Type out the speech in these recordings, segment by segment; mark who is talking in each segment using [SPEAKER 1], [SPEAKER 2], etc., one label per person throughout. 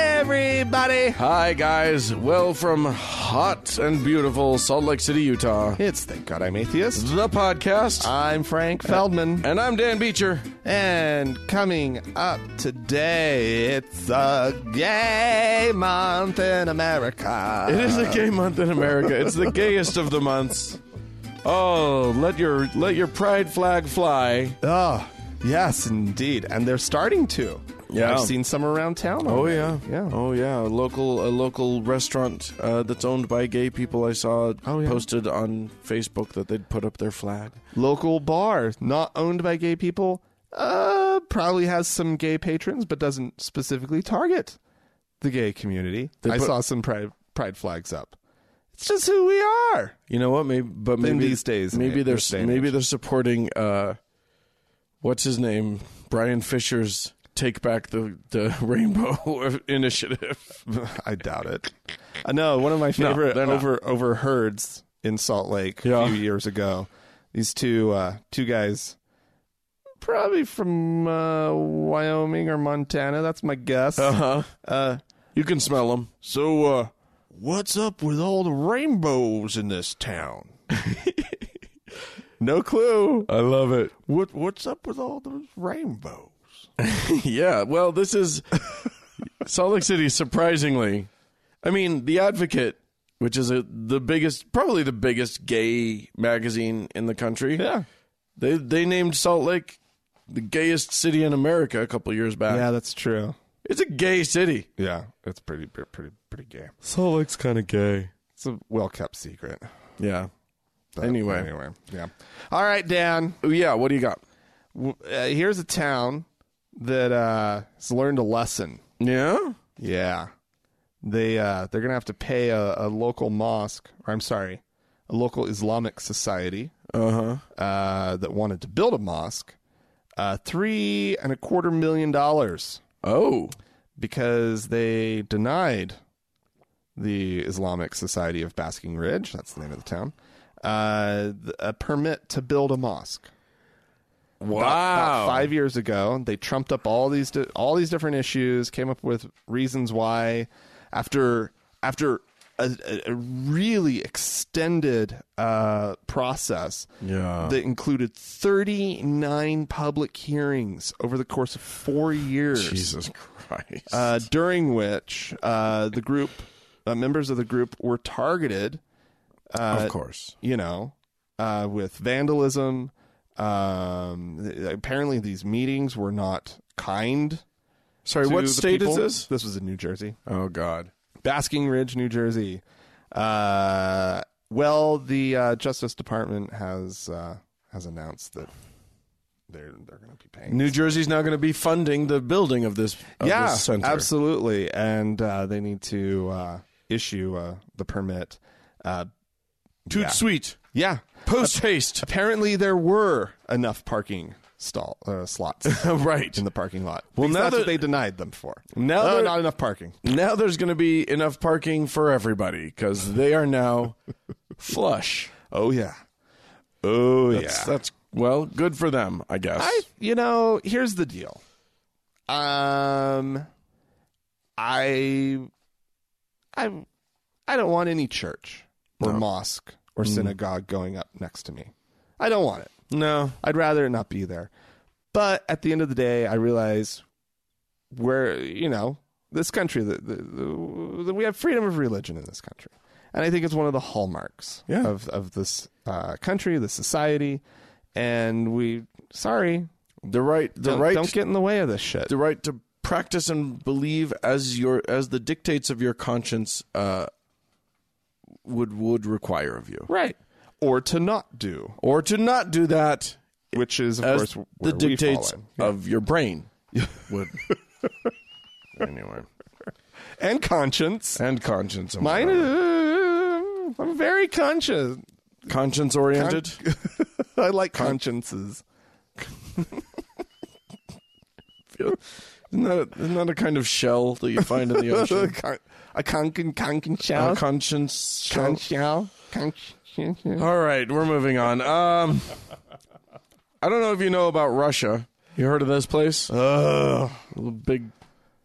[SPEAKER 1] everybody.
[SPEAKER 2] Hi, guys. Well, from hot and beautiful Salt Lake City, Utah,
[SPEAKER 1] It's Thank God I'm Atheist.
[SPEAKER 2] the podcast.
[SPEAKER 1] I'm Frank Feldman.
[SPEAKER 2] and I'm Dan Beecher.
[SPEAKER 1] And coming up today, it's a gay month in America.
[SPEAKER 2] It is a gay month in America. It's the gayest of the months. Oh, let your let your pride flag fly.
[SPEAKER 1] Oh, yes, indeed. And they're starting to.
[SPEAKER 2] Yeah.
[SPEAKER 1] I've seen some around town.
[SPEAKER 2] Oh
[SPEAKER 1] already.
[SPEAKER 2] yeah,
[SPEAKER 1] Yeah.
[SPEAKER 2] Oh yeah, a local a local restaurant uh, that's owned by gay people. I saw
[SPEAKER 1] Oh, yeah.
[SPEAKER 2] posted on Facebook that they'd put up their flag.
[SPEAKER 1] Local bar, not owned by gay people, uh, probably has some gay patrons, but doesn't specifically target the gay community. I
[SPEAKER 2] put-
[SPEAKER 1] saw some pride, pride flags up. It's just who we are.
[SPEAKER 2] You know what? Maybe, but maybe
[SPEAKER 1] these days, eh, in
[SPEAKER 2] maybe
[SPEAKER 1] it-
[SPEAKER 2] they're
[SPEAKER 1] this day and
[SPEAKER 2] maybe they're supporting uh, what's his name, Brian Fisher's Take Back the the Rainbow Initiative.
[SPEAKER 1] I doubt it. Uh, no, one of my
[SPEAKER 2] No,
[SPEAKER 1] favorite
[SPEAKER 2] they're not.
[SPEAKER 1] over overheards in Salt Lake
[SPEAKER 2] Yeah.
[SPEAKER 1] a few years ago. These two uh, two guys, probably from uh, Wyoming or Montana. That's my guess.
[SPEAKER 2] huh.
[SPEAKER 1] Uh,
[SPEAKER 2] Uh-huh. You can smell them.
[SPEAKER 1] so, uh, what's up with all the rainbows in this town? no clue.
[SPEAKER 2] I love it.
[SPEAKER 1] What what's up with all those rainbows?
[SPEAKER 2] yeah. Well, this is Salt Lake City. Surprisingly, I mean, The Advocate, which is a, the biggest, probably the biggest gay magazine in the country.
[SPEAKER 1] Yeah,
[SPEAKER 2] They they named Salt Lake the gayest city in America a couple years back.
[SPEAKER 1] yeah, that's true.
[SPEAKER 2] It's a gay city.
[SPEAKER 1] Yeah, it's pretty pretty pretty gay.
[SPEAKER 2] Salt Lake's kind of gay.
[SPEAKER 1] It's a well kept secret.
[SPEAKER 2] Yeah.
[SPEAKER 1] But
[SPEAKER 2] Anyway.
[SPEAKER 1] anyway, yeah. All right, Dan.
[SPEAKER 2] Oh, Yeah. What do you got?
[SPEAKER 1] W- Uh, here's a town that uh, has learned a lesson.
[SPEAKER 2] Yeah.
[SPEAKER 1] Yeah, they uh, they're gonna have to pay a, a local mosque, or I'm sorry, a local Islamic society
[SPEAKER 2] Uh huh.
[SPEAKER 1] uh, that wanted to build a mosque, uh, three and a quarter million dollars
[SPEAKER 2] Oh.
[SPEAKER 1] because they denied the Islamic Society of Basking Ridge, that's the name of the town, uh, th- a permit to build a mosque.
[SPEAKER 2] Wow.
[SPEAKER 1] about
[SPEAKER 2] Oh.
[SPEAKER 1] five years ago. They trumped up all these di- all these different issues, came up with reasons why. After after a, a- a really extended uh, process
[SPEAKER 2] Yeah.
[SPEAKER 1] that included 39 public hearings over the course of four years,
[SPEAKER 2] Jesus Christ.
[SPEAKER 1] uh, during which uh, the group uh, members of the group were targeted
[SPEAKER 2] of course.
[SPEAKER 1] you know, uh, with vandalism. Um, th- apparently, these meetings were not kind.
[SPEAKER 2] Sorry.
[SPEAKER 1] to
[SPEAKER 2] What
[SPEAKER 1] the
[SPEAKER 2] state
[SPEAKER 1] people.
[SPEAKER 2] is this?
[SPEAKER 1] This was in New Jersey,
[SPEAKER 2] Oh God.
[SPEAKER 1] Basking Ridge, New Jersey. Uh, well, the uh, Justice Department has uh, has announced that they're they're going to be paying.
[SPEAKER 2] New Jersey's now going to be funding the building of this, of
[SPEAKER 1] yeah,
[SPEAKER 2] this center.
[SPEAKER 1] absolutely, and uh, they need to uh, issue uh, the permit. Uh,
[SPEAKER 2] Toot
[SPEAKER 1] Yeah.
[SPEAKER 2] sweet.
[SPEAKER 1] yeah,
[SPEAKER 2] Post haste.
[SPEAKER 1] apparently there were enough parking stall uh, slots
[SPEAKER 2] right.
[SPEAKER 1] in the parking lot.
[SPEAKER 2] Well,
[SPEAKER 1] Because
[SPEAKER 2] now
[SPEAKER 1] that's
[SPEAKER 2] that-
[SPEAKER 1] what they denied them for.
[SPEAKER 2] Now
[SPEAKER 1] Oh,
[SPEAKER 2] they're-
[SPEAKER 1] not enough parking.
[SPEAKER 2] Now there's going to be enough parking for everybody because they are now flush.
[SPEAKER 1] Oh yeah, oh
[SPEAKER 2] That's, that's well, good for them, I guess.
[SPEAKER 1] I you know here's the deal. Um, I, I, I don't want any church or mosque or
[SPEAKER 2] Mm.
[SPEAKER 1] synagogue going up next to me. I don't want it.
[SPEAKER 2] no.
[SPEAKER 1] I'd rather it not be there. But at the end of the day, I realize we're, you know, this country, the, the, the, we have freedom of religion in this country. And I think it's one of the hallmarks
[SPEAKER 2] Yeah.
[SPEAKER 1] of, of this uh, country, this society. And we, sorry,
[SPEAKER 2] The right, the
[SPEAKER 1] don't,
[SPEAKER 2] right,
[SPEAKER 1] don't get in the way of this shit.
[SPEAKER 2] the right to practice and believe as your as the dictates of your conscience uh, would would require of you,
[SPEAKER 1] Right. Or to not do,
[SPEAKER 2] or to not do that
[SPEAKER 1] which is, of
[SPEAKER 2] as
[SPEAKER 1] course, where
[SPEAKER 2] the
[SPEAKER 1] we fall
[SPEAKER 2] dictates
[SPEAKER 1] in.
[SPEAKER 2] of your brain would. anyway,
[SPEAKER 1] And conscience.
[SPEAKER 2] and conscience. and
[SPEAKER 1] Mine
[SPEAKER 2] whatever.
[SPEAKER 1] is, I'm very conscious.
[SPEAKER 2] conscience oriented.
[SPEAKER 1] I like consciences.
[SPEAKER 2] Isn't that, isn't that a kind of shell that you find in the
[SPEAKER 1] a
[SPEAKER 2] ocean?
[SPEAKER 1] con- a conkin conkin
[SPEAKER 2] a
[SPEAKER 1] shell.
[SPEAKER 2] conscience shell?
[SPEAKER 1] Con shell. Con shell.
[SPEAKER 2] All right, we're moving on. Um, I don't know if you know about Russia. You heard of this place?
[SPEAKER 1] Ugh.
[SPEAKER 2] Little Big,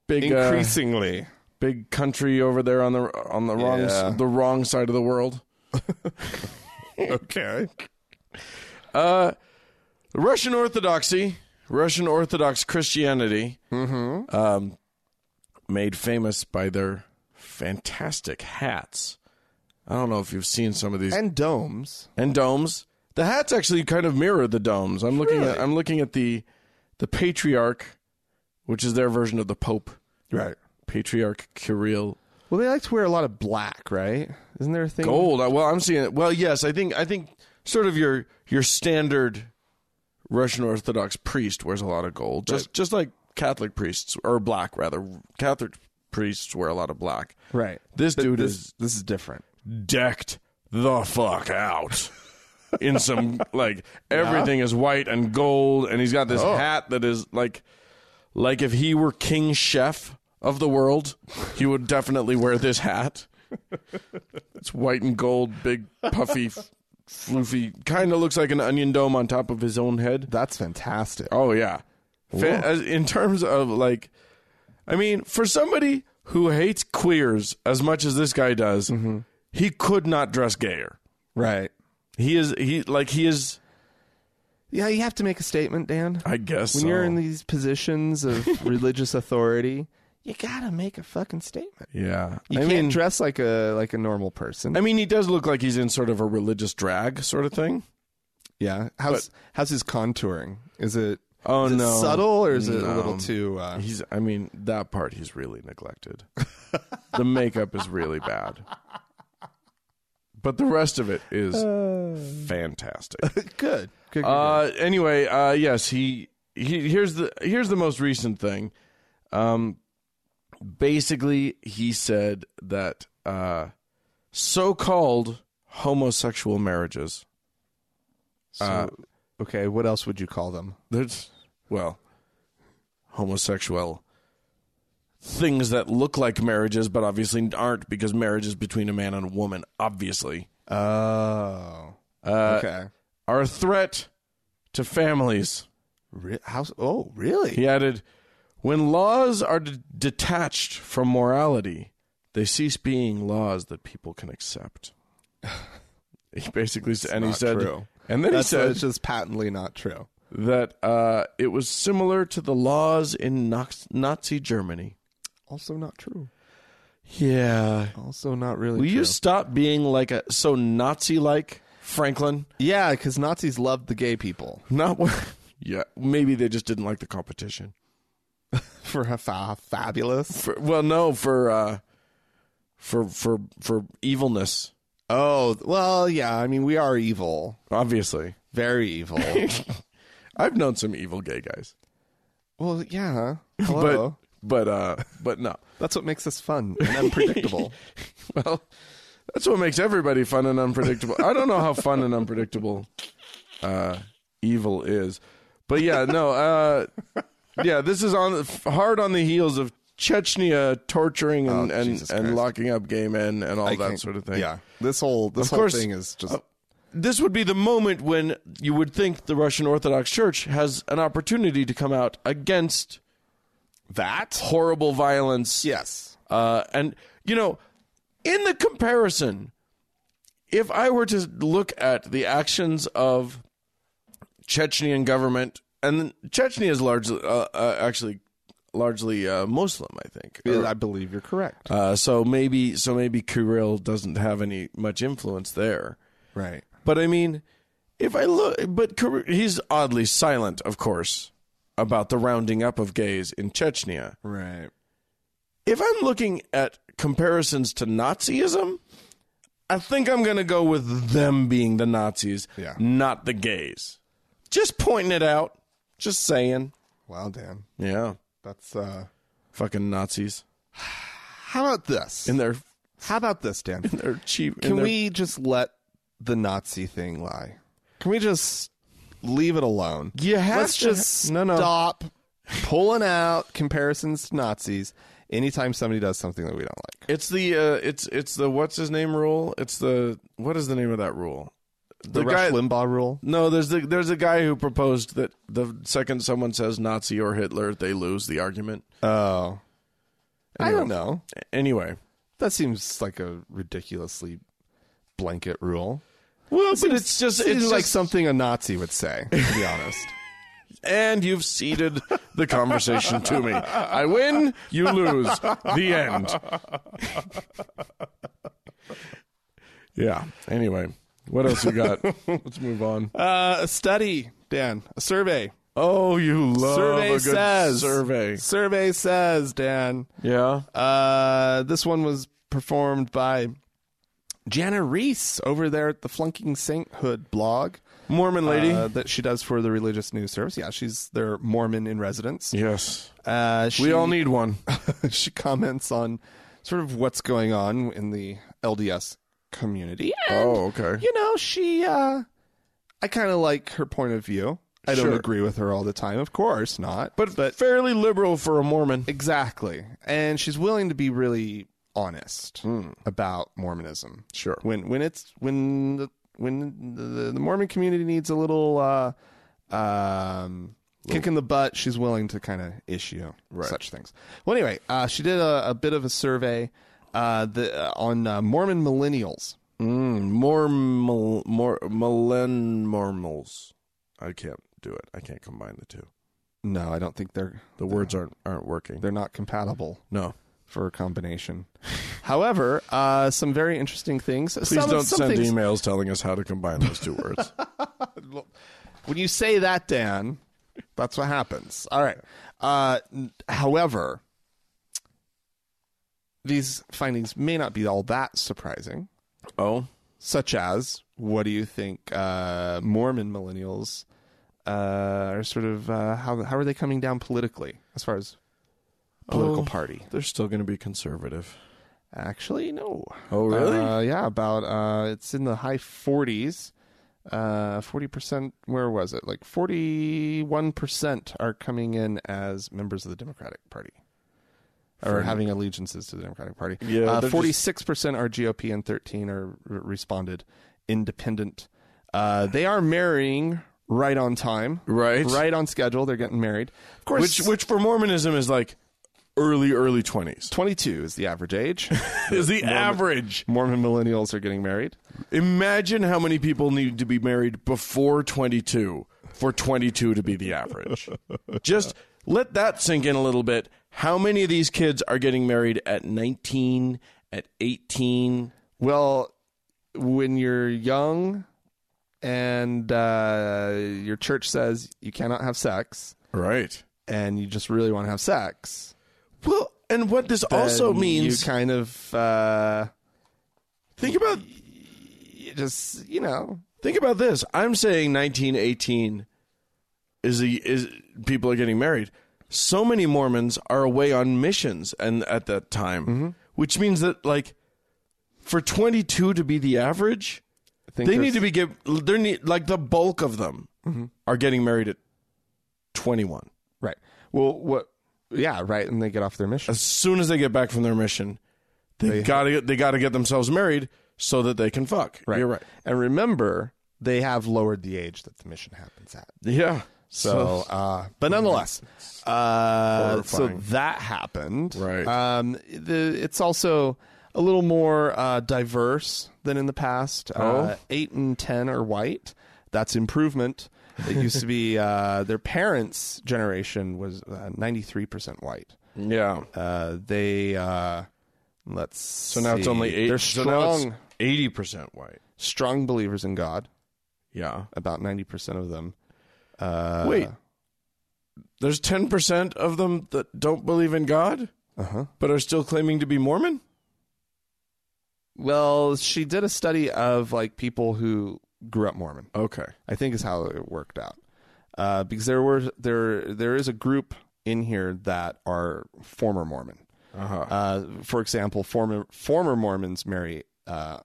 [SPEAKER 2] big. uh,
[SPEAKER 1] Increasingly.
[SPEAKER 2] big country over there on the on the wrong s-
[SPEAKER 1] Yeah.
[SPEAKER 2] the wrong side of the world.
[SPEAKER 1] okay.
[SPEAKER 2] Russian Orthodoxy, Russian Orthodox Christianity, um, made famous by their fantastic hats. I don't know if you've seen some of these
[SPEAKER 1] And domes.
[SPEAKER 2] and domes. The hats actually kind of mirror the domes. I'm looking at I'm looking at the the patriarch, which is their version of the pope.
[SPEAKER 1] Right.
[SPEAKER 2] Patriarch Kirill.
[SPEAKER 1] Well, they like to wear a lot of black, right? Isn't there a thing?
[SPEAKER 2] Gold. I- Well, I'm seeing it. Well, yes, I think I think sort of your your standard Russian Orthodox priest wears a lot of gold, just just like Catholic priests or black rather. Catholic priests wear a lot of black.
[SPEAKER 1] Right.
[SPEAKER 2] This dude
[SPEAKER 1] this,
[SPEAKER 2] is
[SPEAKER 1] this is different.
[SPEAKER 2] decked the fuck out in some like everything is white and gold and he's got this hat that is like like if he were king chef of the world he would definitely wear this hat it's white and gold big puffy f- floofy kind of looks like an onion dome on top of his own head
[SPEAKER 1] That's fantastic.
[SPEAKER 2] Oh yeah. Fa- as- in terms of like, I mean, for somebody who hates queers as much as this guy does,
[SPEAKER 1] Mm-hmm.
[SPEAKER 2] he could not dress gayer.
[SPEAKER 1] Right.
[SPEAKER 2] He is he like he is.
[SPEAKER 1] Yeah, you have to make a statement, Dan.
[SPEAKER 2] I guess
[SPEAKER 1] When
[SPEAKER 2] so.
[SPEAKER 1] you're in these positions of religious authority, you gotta make a fucking statement.
[SPEAKER 2] yeah.
[SPEAKER 1] You
[SPEAKER 2] I
[SPEAKER 1] can't
[SPEAKER 2] mean,
[SPEAKER 1] dress like a like a normal person.
[SPEAKER 2] I mean, he does look like he's in sort of a religious drag sort of thing.
[SPEAKER 1] yeah. How's how's his contouring? Is it
[SPEAKER 2] Oh
[SPEAKER 1] is it
[SPEAKER 2] no,
[SPEAKER 1] subtle or is it a
[SPEAKER 2] No.
[SPEAKER 1] little too? Uh,
[SPEAKER 2] He's. I mean, that part he's really neglected. the makeup is really bad. But the rest of it is
[SPEAKER 1] Uh,
[SPEAKER 2] fantastic.
[SPEAKER 1] good. Good.
[SPEAKER 2] Uh, anyway, uh, yes, he, he here's the here's the most recent thing. Um, basically, he said that uh, so-called homosexual marriages.
[SPEAKER 1] So- okay. What else would you call them?
[SPEAKER 2] There's well, homosexual things that look like marriages, but obviously aren't because marriage is between a man and a woman. Obviously,
[SPEAKER 1] Oh.
[SPEAKER 2] uh,
[SPEAKER 1] okay.
[SPEAKER 2] are a threat to families.
[SPEAKER 1] Re- how? Oh, really?
[SPEAKER 2] He added, When laws are d- detached from morality, they cease being laws that people can accept. He basically said, and he
[SPEAKER 1] not
[SPEAKER 2] said,
[SPEAKER 1] true.
[SPEAKER 2] and then
[SPEAKER 1] That's
[SPEAKER 2] he said
[SPEAKER 1] it's just patently not true.
[SPEAKER 2] that uh, it was similar to the laws in Nox- Nazi Germany.
[SPEAKER 1] Also not true.
[SPEAKER 2] Yeah.
[SPEAKER 1] Also not really.
[SPEAKER 2] Will
[SPEAKER 1] true.
[SPEAKER 2] you stop being like a so Nazi like Franklin?
[SPEAKER 1] Yeah, because Nazis loved the gay people
[SPEAKER 2] Not what? Yeah, maybe they just didn't like the competition.
[SPEAKER 1] for how fa- fabulous.
[SPEAKER 2] For, well, no, for uh, for for for evilness,
[SPEAKER 1] Oh well, yeah. I mean, we are evil,
[SPEAKER 2] obviously.
[SPEAKER 1] very evil.
[SPEAKER 2] I've known some evil gay guys,
[SPEAKER 1] well, yeah. Hello.
[SPEAKER 2] but but uh, but no.
[SPEAKER 1] That's what makes us fun and unpredictable.
[SPEAKER 2] Well, that's what makes everybody fun and unpredictable. I don't know how fun and unpredictable uh, evil is, but yeah, no, uh, yeah, this is on f- hard on the heels of Chechnya torturing and
[SPEAKER 1] Oh,
[SPEAKER 2] and,
[SPEAKER 1] Jesus
[SPEAKER 2] and
[SPEAKER 1] Christ.
[SPEAKER 2] locking up gay men and all
[SPEAKER 1] I
[SPEAKER 2] that
[SPEAKER 1] can't-
[SPEAKER 2] sort of thing.
[SPEAKER 1] Yeah. This whole this whole
[SPEAKER 2] course-
[SPEAKER 1] thing is just
[SPEAKER 2] This would be the moment when you would think the Russian Orthodox Church has an opportunity to come out against
[SPEAKER 1] that.
[SPEAKER 2] horrible violence.
[SPEAKER 1] Yes.
[SPEAKER 2] Uh, and you know, in the comparison, if I were to look at the actions of Chechnyan government, and Chechnya is largely, uh, uh, actually, largely uh, Muslim, I think.
[SPEAKER 1] I believe you're correct.
[SPEAKER 2] Uh, so maybe, so maybe Kirill doesn't have any much influence there.
[SPEAKER 1] right.
[SPEAKER 2] But I mean, if I look, but Kir- he's oddly silent, of course, about the rounding up of gays in Chechnya
[SPEAKER 1] Right.
[SPEAKER 2] if I'm looking at comparisons to Nazism, I think I'm going to go with them being the Nazis,
[SPEAKER 1] Yeah.
[SPEAKER 2] not the gays. Just pointing it out, just saying.
[SPEAKER 1] Wow, Dan.
[SPEAKER 2] Yeah,
[SPEAKER 1] That's uh
[SPEAKER 2] fucking Nazis
[SPEAKER 1] How about this?
[SPEAKER 2] in their
[SPEAKER 1] How about this, Dan?
[SPEAKER 2] their cheap. in
[SPEAKER 1] Can
[SPEAKER 2] their-
[SPEAKER 1] we just let the Nazi thing lie? Can we just leave it alone?
[SPEAKER 2] You have
[SPEAKER 1] Let's
[SPEAKER 2] to-
[SPEAKER 1] just
[SPEAKER 2] no, no.
[SPEAKER 1] stop pulling out comparisons to Nazis anytime somebody does something that we don't like.
[SPEAKER 2] It's the uh, it's it's the what's his name rule. It's the what is the name of that rule?
[SPEAKER 1] The,
[SPEAKER 2] guy.
[SPEAKER 1] Rush Limbaugh rule.
[SPEAKER 2] no, there's the there's a guy who proposed that the second someone says Nazi or Hitler, they lose the argument.
[SPEAKER 1] Oh, I don't know.
[SPEAKER 2] Anyway,
[SPEAKER 1] That seems like a ridiculously blanket rule.
[SPEAKER 2] well, but it's just
[SPEAKER 1] It's
[SPEAKER 2] it's
[SPEAKER 1] like
[SPEAKER 2] just-
[SPEAKER 1] something a Nazi would say, to be honest.
[SPEAKER 2] and you've ceded the conversation to me. I win, you lose. The end. yeah. Anyway, what else we got? Let's move on.
[SPEAKER 1] Uh, a study, Dan, a survey.
[SPEAKER 2] Oh, you love
[SPEAKER 1] Survey
[SPEAKER 2] a good
[SPEAKER 1] says.
[SPEAKER 2] survey.
[SPEAKER 1] Survey says, Dan.
[SPEAKER 2] Yeah.
[SPEAKER 1] Uh, this one was performed by Jana Reese over there at the Flunking Sainthood blog
[SPEAKER 2] Mormon lady.
[SPEAKER 1] uh, that she does for the Religious News Service. Yeah, she's their Mormon in residence.
[SPEAKER 2] yes.
[SPEAKER 1] Uh, she,
[SPEAKER 2] We all need one.
[SPEAKER 1] she comments on sort of what's going on in the LDS community. And,
[SPEAKER 2] Oh, okay.
[SPEAKER 1] You know, she. Uh, I kind of like her point of view. I don't
[SPEAKER 2] Sure.
[SPEAKER 1] agree with her all the time, of course not.
[SPEAKER 2] But, fairly liberal for a Mormon.
[SPEAKER 1] Exactly. And she's willing to be really honest about Mormonism.
[SPEAKER 2] Hmm. Sure.
[SPEAKER 1] When when it's when the when the, the Mormon community needs a little uh um kick in the butt, she's willing to kind of issue such things. Well, anyway, uh she did a, a bit of a survey uh the uh, on uh, Mormon millennials.
[SPEAKER 2] Mm, more, mil, more millen mormals. I can't do it. I can't combine the two.
[SPEAKER 1] No, I don't think they're
[SPEAKER 2] The words aren't aren't working.
[SPEAKER 1] they're not compatible.
[SPEAKER 2] No.
[SPEAKER 1] For a combination, however, uh, some very interesting things.
[SPEAKER 2] Please
[SPEAKER 1] some,
[SPEAKER 2] don't
[SPEAKER 1] some
[SPEAKER 2] send
[SPEAKER 1] things-
[SPEAKER 2] emails telling us how to combine those two words.
[SPEAKER 1] When you say that, Dan, that's what happens. All right. Uh, n- however, these findings may not be all that surprising,
[SPEAKER 2] Oh,
[SPEAKER 1] such as what do you think uh, Mormon millennials uh, are sort of, uh, how, how are they coming down politically as far as political
[SPEAKER 2] Oh.
[SPEAKER 1] party?
[SPEAKER 2] they're still going to be conservative.
[SPEAKER 1] Actually, no.
[SPEAKER 2] Oh,
[SPEAKER 1] Uh, yeah, about uh, it's in the high 40s. Forty percent. Where was it? Like forty-one percent are coming in as members of the Democratic Party, or having allegiances to the Democratic Party. Uh,
[SPEAKER 2] Yeah, they're just-
[SPEAKER 1] forty-six percent are GOP, and thirteen are r- responded independent. Uh, they are marrying right on time,
[SPEAKER 2] right,
[SPEAKER 1] right on schedule. They're getting married. Of course,
[SPEAKER 2] Which, which for Mormonism is like early, early twenties
[SPEAKER 1] twenty-two is the average age.
[SPEAKER 2] is the average.
[SPEAKER 1] Mormon millennials are getting married.
[SPEAKER 2] Imagine how many people need to be married before twenty-two for twenty-two to be the average. Just let that sink in a little bit. How many of these kids are getting married at nineteen, at eighteen?
[SPEAKER 1] Well, when you're young and uh, your church says you cannot have sex
[SPEAKER 2] Right.
[SPEAKER 1] and you just really want to have sex,
[SPEAKER 2] Well, and what this also
[SPEAKER 1] then
[SPEAKER 2] means,
[SPEAKER 1] you kind of uh,
[SPEAKER 2] think about
[SPEAKER 1] you just you know
[SPEAKER 2] Think about this. I'm saying 1918 is the is people are getting married. So many Mormons are away on missions and at that time, which means that like for 22 to be the average,
[SPEAKER 1] I think
[SPEAKER 2] they need to be give they need like the bulk of them are getting married at 21.
[SPEAKER 1] right. Well, what? Yeah, right. And they get off their mission.
[SPEAKER 2] As soon as they get back from their mission, they got to they got to get themselves married so that they can fuck. You're right.
[SPEAKER 1] And remember, they have lowered the age that the mission happens at.
[SPEAKER 2] Yeah.
[SPEAKER 1] So, uh, but nonetheless, uh, so
[SPEAKER 2] Horrifying.
[SPEAKER 1] that happened.
[SPEAKER 2] Right.
[SPEAKER 1] Um, the, it's also a little more uh, diverse than in the past.
[SPEAKER 2] Oh?
[SPEAKER 1] Uh, eight and ten are white. That's improvement. It used to be uh, their parents' generation was ninety three percent white.
[SPEAKER 2] yeah.
[SPEAKER 1] Uh, they uh, let's
[SPEAKER 2] So now it's only eight.
[SPEAKER 1] They're
[SPEAKER 2] so
[SPEAKER 1] strong,
[SPEAKER 2] now it's eighty percent white.
[SPEAKER 1] strong believers in God.
[SPEAKER 2] Yeah.
[SPEAKER 1] About ninety percent of them. Uh,
[SPEAKER 2] Wait. There's ten percent of them that don't believe in God,
[SPEAKER 1] Uh huh.
[SPEAKER 2] but are still claiming to be Mormon.
[SPEAKER 1] Well, she did a study of like people who grew up Mormon.
[SPEAKER 2] Okay.
[SPEAKER 1] I think is how it worked out. Uh, because there were there there is a group in here that are former Mormon.
[SPEAKER 2] Uh-huh.
[SPEAKER 1] Uh, for example, former former Mormons marry uh,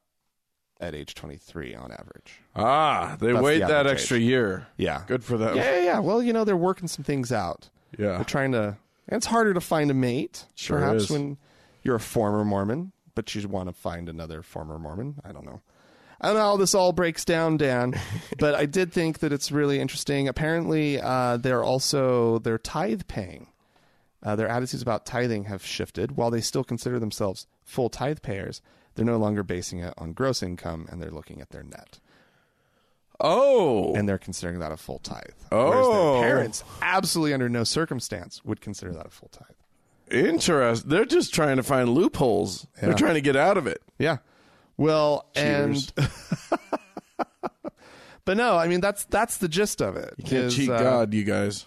[SPEAKER 1] at age twenty three on average.
[SPEAKER 2] Ah, they
[SPEAKER 1] That's
[SPEAKER 2] wait
[SPEAKER 1] the
[SPEAKER 2] that
[SPEAKER 1] average
[SPEAKER 2] extra year.
[SPEAKER 1] Yeah.
[SPEAKER 2] Good for them.
[SPEAKER 1] Yeah, yeah, yeah. Well, you know they're working some things out.
[SPEAKER 2] Yeah.
[SPEAKER 1] They're trying to. and It's harder to find a mate,
[SPEAKER 2] Sure
[SPEAKER 1] perhaps
[SPEAKER 2] is.
[SPEAKER 1] when you're a former Mormon, but you want to find another former Mormon. I don't know. I don't know how this all breaks down, Dan, but I did think that it's really interesting. Apparently, uh, they're also they're tithe paying uh, their attitudes about tithing have shifted. While they still consider themselves full tithe payers, they're no longer basing it on gross income and they're looking at their net.
[SPEAKER 2] Oh,
[SPEAKER 1] And they're considering that a full tithe. Whereas
[SPEAKER 2] Oh.
[SPEAKER 1] their parents, absolutely under no circumstance, would consider that a full tithe.
[SPEAKER 2] interest. They're just trying to find loopholes. They're trying to get out of it.
[SPEAKER 1] Yeah. Well, and but no, I mean that's that's the gist of it.
[SPEAKER 2] Can't
[SPEAKER 1] is,
[SPEAKER 2] cheat
[SPEAKER 1] uh,
[SPEAKER 2] God, you guys.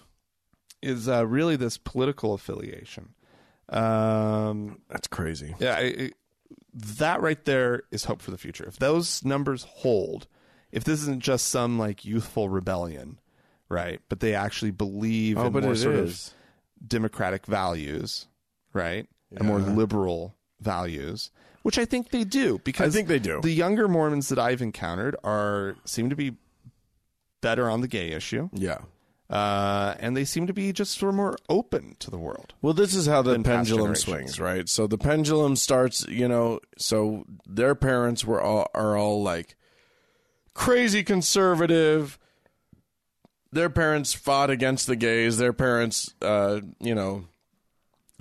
[SPEAKER 1] is uh, really this political affiliation. Um,
[SPEAKER 2] That's crazy.
[SPEAKER 1] yeah, I I- that right there is hope for the future. If those numbers hold, if this isn't just some like youthful rebellion, right? But they actually believe
[SPEAKER 2] Oh,
[SPEAKER 1] in more sort of democratic values, right? And more liberal values, which I think they do
[SPEAKER 2] I
[SPEAKER 1] because
[SPEAKER 2] think they do.
[SPEAKER 1] the younger Mormons that I've encountered are seem to be better on the gay issue,
[SPEAKER 2] yeah.
[SPEAKER 1] uh, and they seem to be just sort of more open to the world.
[SPEAKER 2] Well, this is how the
[SPEAKER 1] past
[SPEAKER 2] pendulum
[SPEAKER 1] generations.
[SPEAKER 2] swings, right? So the pendulum starts, you know, so their parents were all are all like crazy conservative. Their parents fought against the gays. Their parents, uh, you know,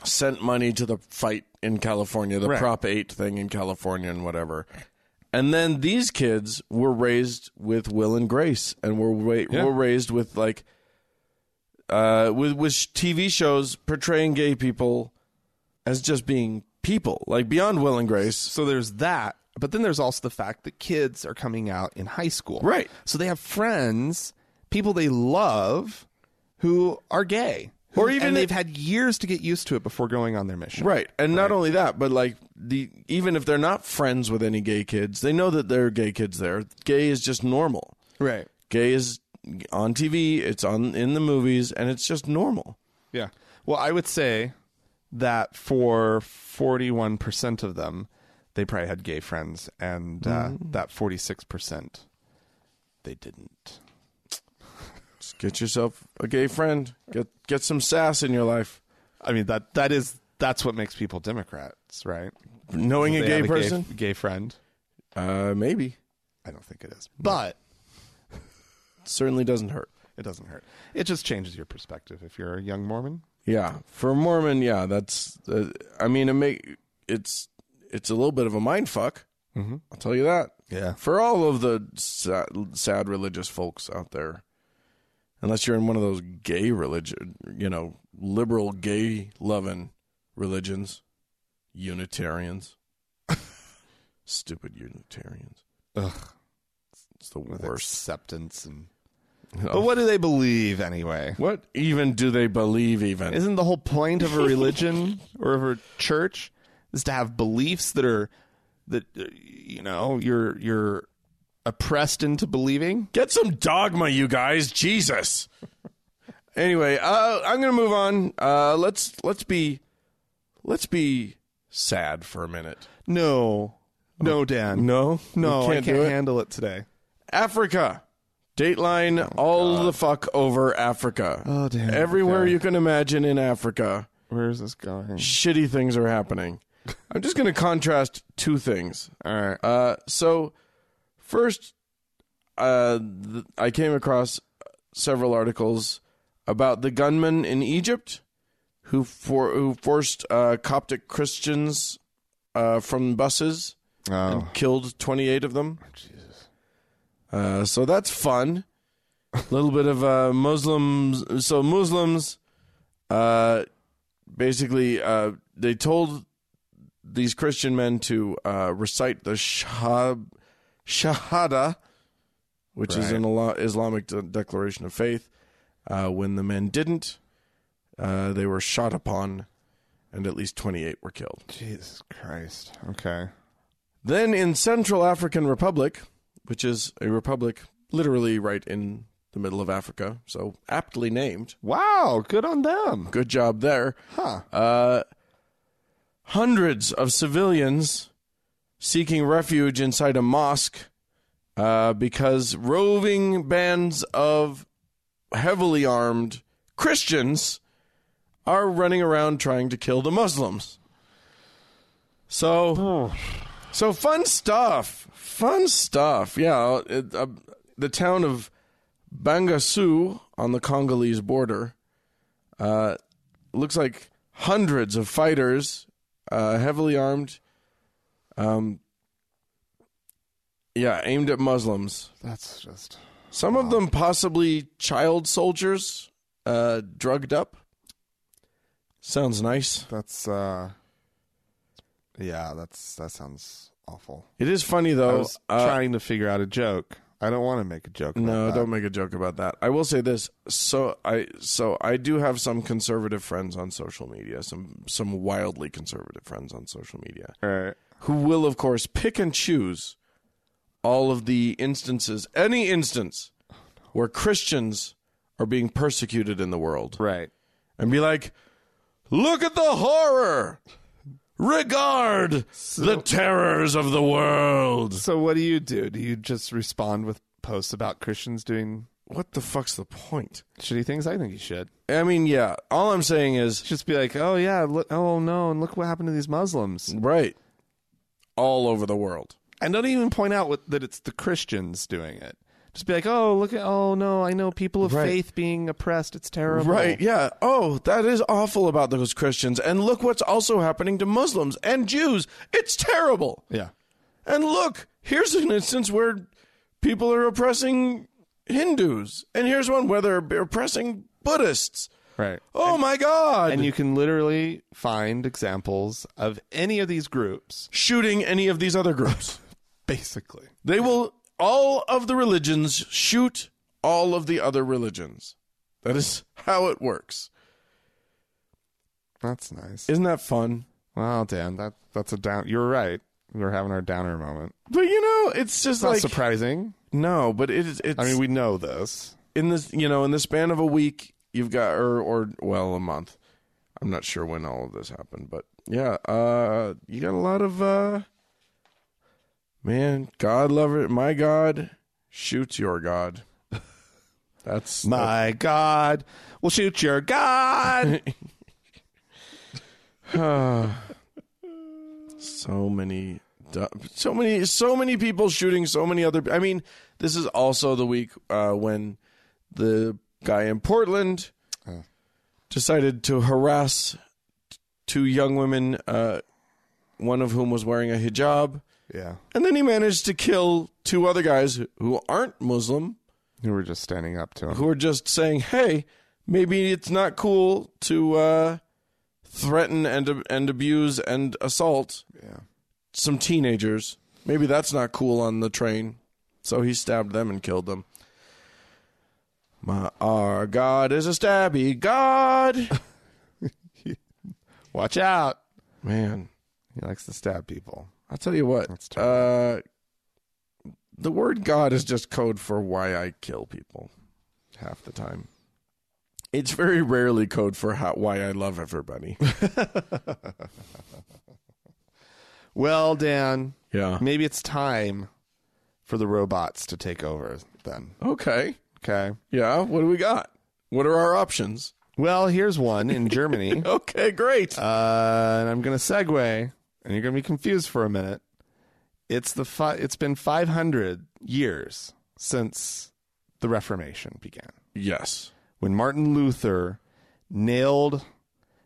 [SPEAKER 2] sent money to the fight in California, the
[SPEAKER 1] Right.
[SPEAKER 2] Prop 8 thing in California and whatever. And then these kids were raised with will and grace and were, wa- were raised with like uh, with with sh- TV shows portraying gay people as just being people, like beyond will and grace.
[SPEAKER 1] So there's that, but then there's also the fact that kids are coming out in high school,
[SPEAKER 2] Right.
[SPEAKER 1] So they have friends, people they love, who are gay, who-
[SPEAKER 2] Or even
[SPEAKER 1] and
[SPEAKER 2] if-
[SPEAKER 1] they've had years to get used to it before going on their mission,
[SPEAKER 2] Right. And not only that, but like the even if they're not friends with any gay kids, they know that there are gay kids there. Gay is just normal.
[SPEAKER 1] Right.
[SPEAKER 2] Gay is on TV, it's on in the movies, and it's just normal.
[SPEAKER 1] Yeah. Well, I would say that for 41% of them, they probably had gay friends, and uh,
[SPEAKER 2] Mm.
[SPEAKER 1] that 46%, they didn't.
[SPEAKER 2] Just get yourself a gay friend. Get get some sass in your life.
[SPEAKER 1] I mean, that that is that's what makes people Democrats, right?
[SPEAKER 2] Knowing a
[SPEAKER 1] They
[SPEAKER 2] gay
[SPEAKER 1] had
[SPEAKER 2] person?
[SPEAKER 1] gay, friend.
[SPEAKER 2] Uh maybe.
[SPEAKER 1] I don't think it is, but
[SPEAKER 2] Certainly doesn't hurt.
[SPEAKER 1] it doesn't hurt. It just changes your perspective if you're a young Mormon.
[SPEAKER 2] Yeah, for a Mormon, yeah, that's. Uh, I mean, it make it's it's a little bit of a mind fuck. Mm-hmm. I'll tell you that.
[SPEAKER 1] Yeah.
[SPEAKER 2] For all of the sad, sad religious folks out there, unless you're in one of those gay religion, you know, liberal gay loving religions, Unitarians, stupid Unitarians.
[SPEAKER 1] Ugh.
[SPEAKER 2] It's the
[SPEAKER 1] With
[SPEAKER 2] worst.
[SPEAKER 1] acceptance and. But
[SPEAKER 2] Oh,
[SPEAKER 1] what do they believe anyway?
[SPEAKER 2] what even do they believe? Even
[SPEAKER 1] Isn't the whole point of a religion or of a church is to have beliefs that are that uh, you know you're you're oppressed into believing?
[SPEAKER 2] Get some dogma, you guys. Jesus. anyway, uh, I'm gonna move on. Uh, let's let's be let's be sad for a minute.
[SPEAKER 1] No, no, Dan,
[SPEAKER 2] No,
[SPEAKER 1] no,
[SPEAKER 2] can't,
[SPEAKER 1] I can't
[SPEAKER 2] do it.
[SPEAKER 1] handle it today.
[SPEAKER 2] Africa. Dateline all the fuck over Africa.
[SPEAKER 1] Oh, damn,
[SPEAKER 2] Everywhere you can imagine in Africa,
[SPEAKER 1] Where is this going?
[SPEAKER 2] shitty things are happening. I'm just gonna contrast two things.
[SPEAKER 1] All right,
[SPEAKER 2] Uh, so first, uh, th- I came across several articles about the gunman in Egypt who for who forced uh, Coptic Christians uh, from buses and
[SPEAKER 1] oh,
[SPEAKER 2] killed 28 of them.
[SPEAKER 1] Jesus.
[SPEAKER 2] Uh, so that's fun. A little bit of uh, Muslims. So Muslims, uh, basically, uh, they told these Christian men to uh, recite the shahab, Shahada, which is
[SPEAKER 1] Right.
[SPEAKER 2] an Ala- Islamic de- declaration of faith. Uh, when the men didn't, uh, they were shot upon, and at least 28 were killed.
[SPEAKER 1] Jesus Christ. Okay,
[SPEAKER 2] Then in Central African Republic, which is a republic literally right in the middle of Africa, so aptly named.
[SPEAKER 1] wow, good on them,
[SPEAKER 2] Good job there.
[SPEAKER 1] huh?
[SPEAKER 2] Uh, hundreds of civilians seeking refuge inside a mosque uh, because roving bands of heavily armed Christians are running around trying to kill the Muslims. So, so fun stuff. Fun stuff. Yeah, it, uh, the town of Bangassou on the Congolese border uh, looks like hundreds of fighters, uh, heavily armed, um, yeah, aimed at Muslims.
[SPEAKER 1] That's just
[SPEAKER 2] Some of them possibly child soldiers, uh, drugged up. Sounds nice.
[SPEAKER 1] that's uh yeah, that's that sounds awful.
[SPEAKER 2] It is funny
[SPEAKER 1] I
[SPEAKER 2] though.
[SPEAKER 1] was
[SPEAKER 2] uh,
[SPEAKER 1] trying to figure out a joke. I don't want to make a joke. About
[SPEAKER 2] no,
[SPEAKER 1] that.
[SPEAKER 2] don't make a joke about that. I will say this. So I so I do have some conservative friends on social media, some some wildly conservative friends on social media.
[SPEAKER 1] All right.
[SPEAKER 2] who will, of course, pick and choose all of the instances, any instance where Christians are being persecuted in the world,
[SPEAKER 1] Right.
[SPEAKER 2] and be like, look at the horror! Regard the terrors of the world!
[SPEAKER 1] So what do you do? Do you just respond with posts about Christians doing
[SPEAKER 2] What the fuck's the point?
[SPEAKER 1] shitty things? I think you should.
[SPEAKER 2] I mean, yeah, all I'm saying is,
[SPEAKER 1] Just be like, oh yeah, look, oh no, and look what happened to these Muslims,
[SPEAKER 2] right, all over the world.
[SPEAKER 1] and don't even point out what, that it's the Christians doing it. Just be like, oh look at, oh no, I know people of
[SPEAKER 2] Right.
[SPEAKER 1] faith being oppressed. It's terrible.
[SPEAKER 2] Right, yeah. Oh, that is awful about those Christians. And look what's also happening to Muslims and Jews. It's terrible.
[SPEAKER 1] Yeah.
[SPEAKER 2] And look, here's an instance where people are oppressing Hindus. And here's one where they're oppressing Buddhists.
[SPEAKER 1] Right.
[SPEAKER 2] Oh my God.
[SPEAKER 1] And you can literally find examples of any of these groups,
[SPEAKER 2] shooting any of these other groups.
[SPEAKER 1] basically.
[SPEAKER 2] they will, all of the religions shoot all of the other religions. That is how it works.
[SPEAKER 1] That's nice.
[SPEAKER 2] Isn't that fun?
[SPEAKER 1] Wow, Dan, that that's a down. You're right. We were having our downer moment.
[SPEAKER 2] But you know, it's just
[SPEAKER 1] It's not
[SPEAKER 2] like
[SPEAKER 1] surprising.
[SPEAKER 2] no, but it is. It's,
[SPEAKER 1] I mean, we know this.
[SPEAKER 2] in this you know in the span of a week you've got or or well a month i'm not sure when all of this happened but yeah uh you got a lot of uh man god lover my god shoots your god that's
[SPEAKER 1] My God, we'll shoot your God.
[SPEAKER 2] so many du- so many so many people shooting so many other i mean this is also the week uh when the guy in portland
[SPEAKER 1] Oh.
[SPEAKER 2] decided to harass t- two young women uh one of whom was wearing a hijab
[SPEAKER 1] yeah,
[SPEAKER 2] and then he managed to kill two other guys who aren't muslim
[SPEAKER 1] you were just standing up to him.
[SPEAKER 2] who are just saying hey maybe it's not cool to uh threaten and and abuse and assault
[SPEAKER 1] Yeah,
[SPEAKER 2] some teenagers. Maybe that's not cool on the train. So he stabbed them and killed them. My our God is a stabby God.
[SPEAKER 1] watch out.
[SPEAKER 2] Man,
[SPEAKER 1] He likes to stab people.
[SPEAKER 2] I'll tell you what.
[SPEAKER 1] That's
[SPEAKER 2] uh, the word God is just code for why I kill people half the time. It's very rarely code for how, why I love everybody.
[SPEAKER 1] Well, Dan,
[SPEAKER 2] Yeah.
[SPEAKER 1] maybe it's time for the robots to take over. Then,
[SPEAKER 2] Okay.
[SPEAKER 1] okay.
[SPEAKER 2] Yeah. What do we got? What are our options?
[SPEAKER 1] Well, here's one in Germany.
[SPEAKER 2] Okay, great.
[SPEAKER 1] Uh, and I'm going to segue, and you're going to be confused for a minute. It's the fi- it's been 500 years since the Reformation began,
[SPEAKER 2] yes.
[SPEAKER 1] when Martin Luther nailed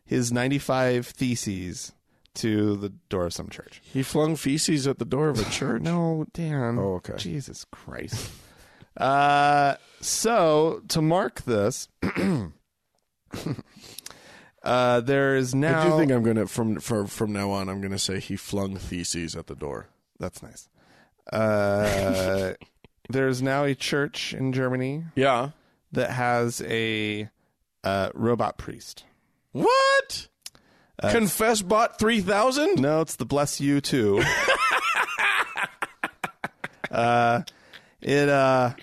[SPEAKER 1] his 95 theses to the door of some church.
[SPEAKER 2] He flung feces at the door of a church.
[SPEAKER 1] No, Dan.
[SPEAKER 2] Oh, okay.
[SPEAKER 1] Jesus Christ. uh, so to mark this, uh, there is now.
[SPEAKER 2] I do think I'm gonna from for, from now on I'm gonna say he flung theses at the door.
[SPEAKER 1] That's nice. Uh, there's now a church in Germany
[SPEAKER 2] Yeah.
[SPEAKER 1] that has a uh, robot priest.
[SPEAKER 2] What? Confess bot three thousand?
[SPEAKER 1] No, it's the bless you too. uh, it uh,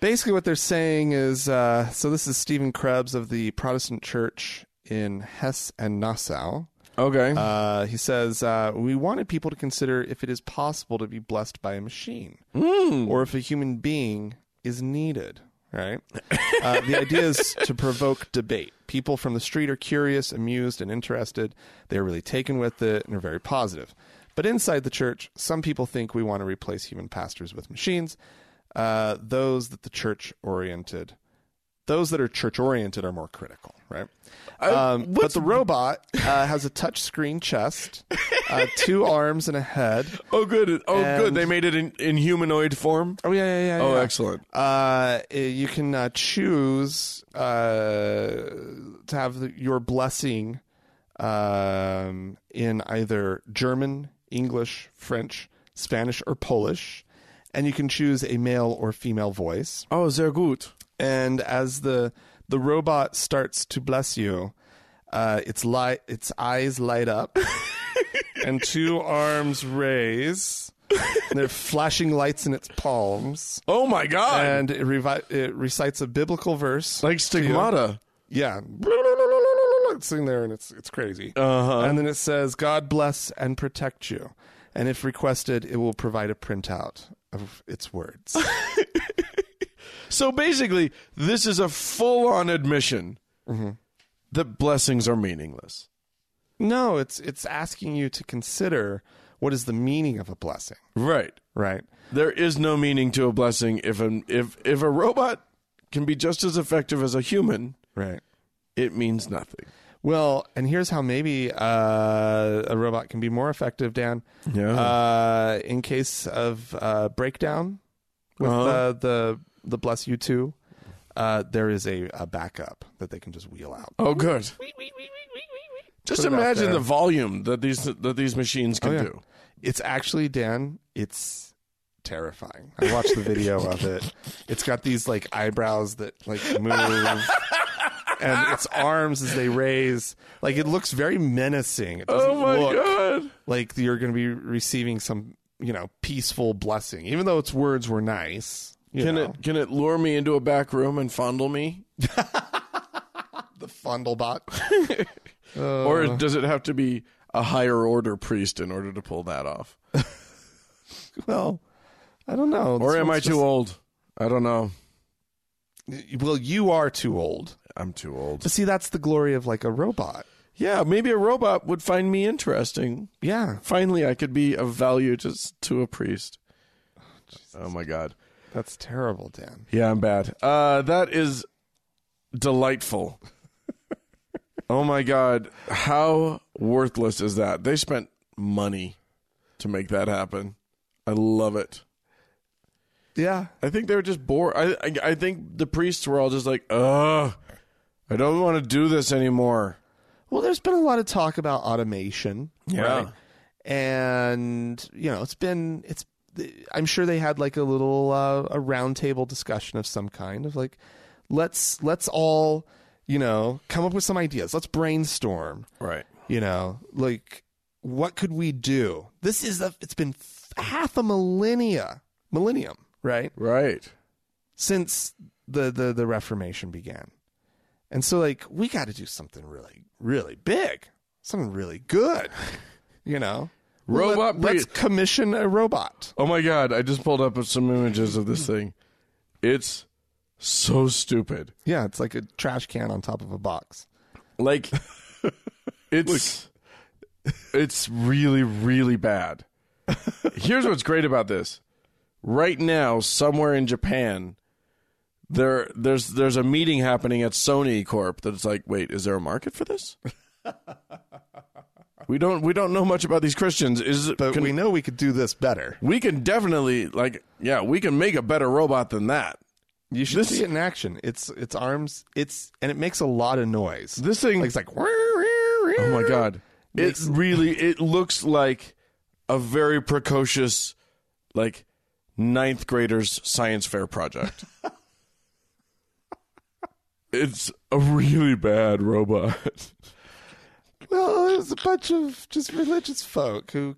[SPEAKER 1] basically what they're saying is uh, so. This is Stephen Krebs of the Protestant Church in Hesse and Nassau.
[SPEAKER 2] Okay.
[SPEAKER 1] Uh, he says, uh, We wanted people to consider if it is possible to be blessed by a machine or if a human being is needed, right? uh, the idea is to provoke debate. People from the street are curious, amused, and interested. They're really taken with it and are very positive. But inside the church, some people think we want to replace human pastors with machines. Uh, those that the church oriented Those that are church oriented are more critical, right?
[SPEAKER 2] I-
[SPEAKER 1] Um, but the robot uh, has a touch screen chest, uh, two arms, and a head.
[SPEAKER 2] Oh, good. Oh, good.
[SPEAKER 1] And-
[SPEAKER 2] They made it in, in humanoid form.
[SPEAKER 1] Oh yeah, yeah, yeah.
[SPEAKER 2] Oh,
[SPEAKER 1] yeah.
[SPEAKER 2] excellent.
[SPEAKER 1] Uh, eh, you can uh, choose uh, to have the, your blessing um, in either German, English, French, Spanish, or Polish, and you can choose a male or female voice.
[SPEAKER 2] Oh, sehr gut.
[SPEAKER 1] And as the the robot starts to bless you, uh, its light, its eyes light up, and two arms raise. and they're flashing lights in its palms
[SPEAKER 2] Oh my god.
[SPEAKER 1] and it, revi- it recites a biblical verse.
[SPEAKER 2] like stigmata.
[SPEAKER 1] yeah, it's in there, and it's it's crazy.
[SPEAKER 2] Uh-huh.
[SPEAKER 1] And then it says, "God bless and protect you," and if requested, it will provide a printout of its words.
[SPEAKER 2] So basically, this is a full-on admission
[SPEAKER 1] Mm-hmm.
[SPEAKER 2] that blessings are meaningless.
[SPEAKER 1] no, it's it's asking you to consider what is the meaning of a blessing,
[SPEAKER 2] Right.
[SPEAKER 1] right?
[SPEAKER 2] There is no meaning to a blessing if an if if a robot can be just as effective as a human,
[SPEAKER 1] Right.
[SPEAKER 2] it means nothing.
[SPEAKER 1] Well, and here's how maybe uh, a robot can be more effective, Dan.
[SPEAKER 2] Yeah.
[SPEAKER 1] Uh, in case of uh, breakdown with
[SPEAKER 2] Uh-huh.
[SPEAKER 1] uh, the the bless you two, uh, there is a, a backup that they can just wheel out.
[SPEAKER 2] Oh, good. Just
[SPEAKER 1] Put it out
[SPEAKER 2] imagine
[SPEAKER 1] there. Oh,
[SPEAKER 2] the volume that these that these machines can
[SPEAKER 1] yeah.
[SPEAKER 2] do.
[SPEAKER 1] It's actually Dan. It's terrifying. I watched the video of it. It's got these like eyebrows that like move. And its arms as they raise, like it looks very menacing. It doesn't
[SPEAKER 2] Oh my
[SPEAKER 1] look
[SPEAKER 2] god.
[SPEAKER 1] like you're going to be receiving some, you know, peaceful blessing, even though its words were nice. You
[SPEAKER 2] Can
[SPEAKER 1] know,
[SPEAKER 2] it can it lure me into a back room and fondle me?
[SPEAKER 1] the fundlebot?
[SPEAKER 2] or
[SPEAKER 1] Uh.
[SPEAKER 2] does it have to be a higher order priest in order to pull that off?
[SPEAKER 1] Well, I don't know.
[SPEAKER 2] Or am I too old? I don't know.
[SPEAKER 1] too? Well, you are too old.
[SPEAKER 2] I'm too old.
[SPEAKER 1] But see, that's the glory of like a robot.
[SPEAKER 2] Yeah, maybe a robot would find me interesting.
[SPEAKER 1] Yeah,
[SPEAKER 2] Finally, I could be of value to s- to a priest. Oh my god.
[SPEAKER 1] that's terrible, Dan.
[SPEAKER 2] Yeah, I'm bad. Uh, that is delightful. oh my god, how worthless is that? They spent money to make that happen. I love it.
[SPEAKER 1] Yeah,
[SPEAKER 2] I think they were just bored. I, I I think the priests were all just like, ugh, I don't want to do this anymore.
[SPEAKER 1] Well, there's been a lot of talk about automation,
[SPEAKER 2] Yeah.
[SPEAKER 1] right? And you know, it's been it's. I'm sure they had like a little uh, a roundtable discussion of some kind of like, let's let's all you know come up with some ideas. Let's brainstorm.
[SPEAKER 2] Right.
[SPEAKER 1] You know, like what could we do? This is a, it's been f- half a millennia millennium, right?
[SPEAKER 2] Right.
[SPEAKER 1] since the the, the Reformation began. And so like we got to do something really really big, something really good, you know.
[SPEAKER 2] Robot
[SPEAKER 1] Let, us
[SPEAKER 2] breed-
[SPEAKER 1] commission a robot.
[SPEAKER 2] Oh my god, I just pulled up some images of this thing. It's so stupid.
[SPEAKER 1] Yeah, it's like a trash can on top of a box.
[SPEAKER 2] Like it's it's really really bad. Here's what's great about this. Right now, somewhere in Japan, there there's there's a meeting happening at Sony Corp that it's like, wait, is there a market for this? we don't we don't know much about these Christians. Is it
[SPEAKER 1] But
[SPEAKER 2] can-
[SPEAKER 1] we know we could do this better.
[SPEAKER 2] we can definitely like yeah, we can make a better robot than that.
[SPEAKER 1] You should see it in action. It's it's arms. It's and it makes a lot of noise.
[SPEAKER 2] This thing
[SPEAKER 1] It's like oh
[SPEAKER 2] Oh my god. It really it looks like a very precocious like ninth graders science fair project. it's a really bad robot.
[SPEAKER 1] Well, it was a bunch of just religious folk who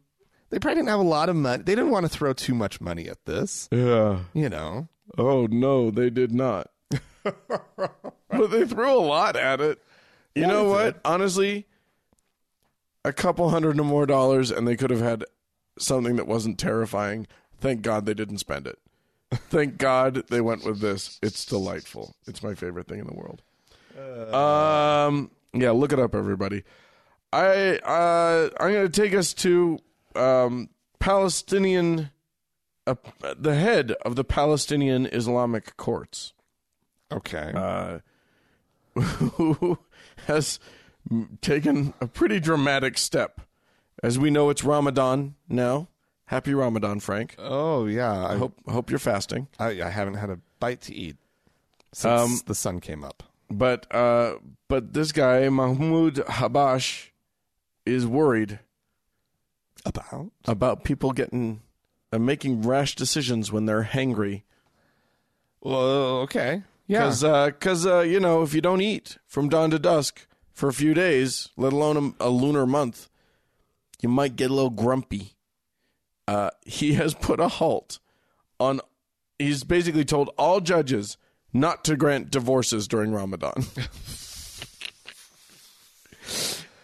[SPEAKER 1] they probably didn't have a lot of money. They didn't want to throw too much money at this,
[SPEAKER 2] Yeah.
[SPEAKER 1] you know.
[SPEAKER 2] Oh no, they did not. but they threw a lot at it. You know
[SPEAKER 1] they
[SPEAKER 2] what? Honestly, a couple hundred or more dollars and they could have had something that wasn't terrifying. Thank God they didn't spend it. Thank God they went with this. It's delightful. It's my favorite thing in the world. Um yeah, look it up everybody. I uh I'm going to take us to um Palestinian uh, the head of the Palestinian Islamic courts.
[SPEAKER 1] Okay.
[SPEAKER 2] uh, who has m- taken a pretty dramatic step. As we know, it's Ramadan now. Happy Ramadan, Frank.
[SPEAKER 1] oh yeah. I hope
[SPEAKER 2] Hope hope you're fasting.
[SPEAKER 1] I, I haven't had a bite to eat since
[SPEAKER 2] Um,
[SPEAKER 1] the sun came up.
[SPEAKER 2] But uh, but this guy Mahmoud Habash is worried
[SPEAKER 1] About
[SPEAKER 2] about people getting uh, making rash decisions when they're hangry.
[SPEAKER 1] well, okay. Yeah.
[SPEAKER 2] Because, uh, you know, if you don't eat from dawn to dusk for a few days, let alone a, a lunar month, you might get a little grumpy. Uh, he has put a halt on. He's basically told all judges not to grant divorces during Ramadan.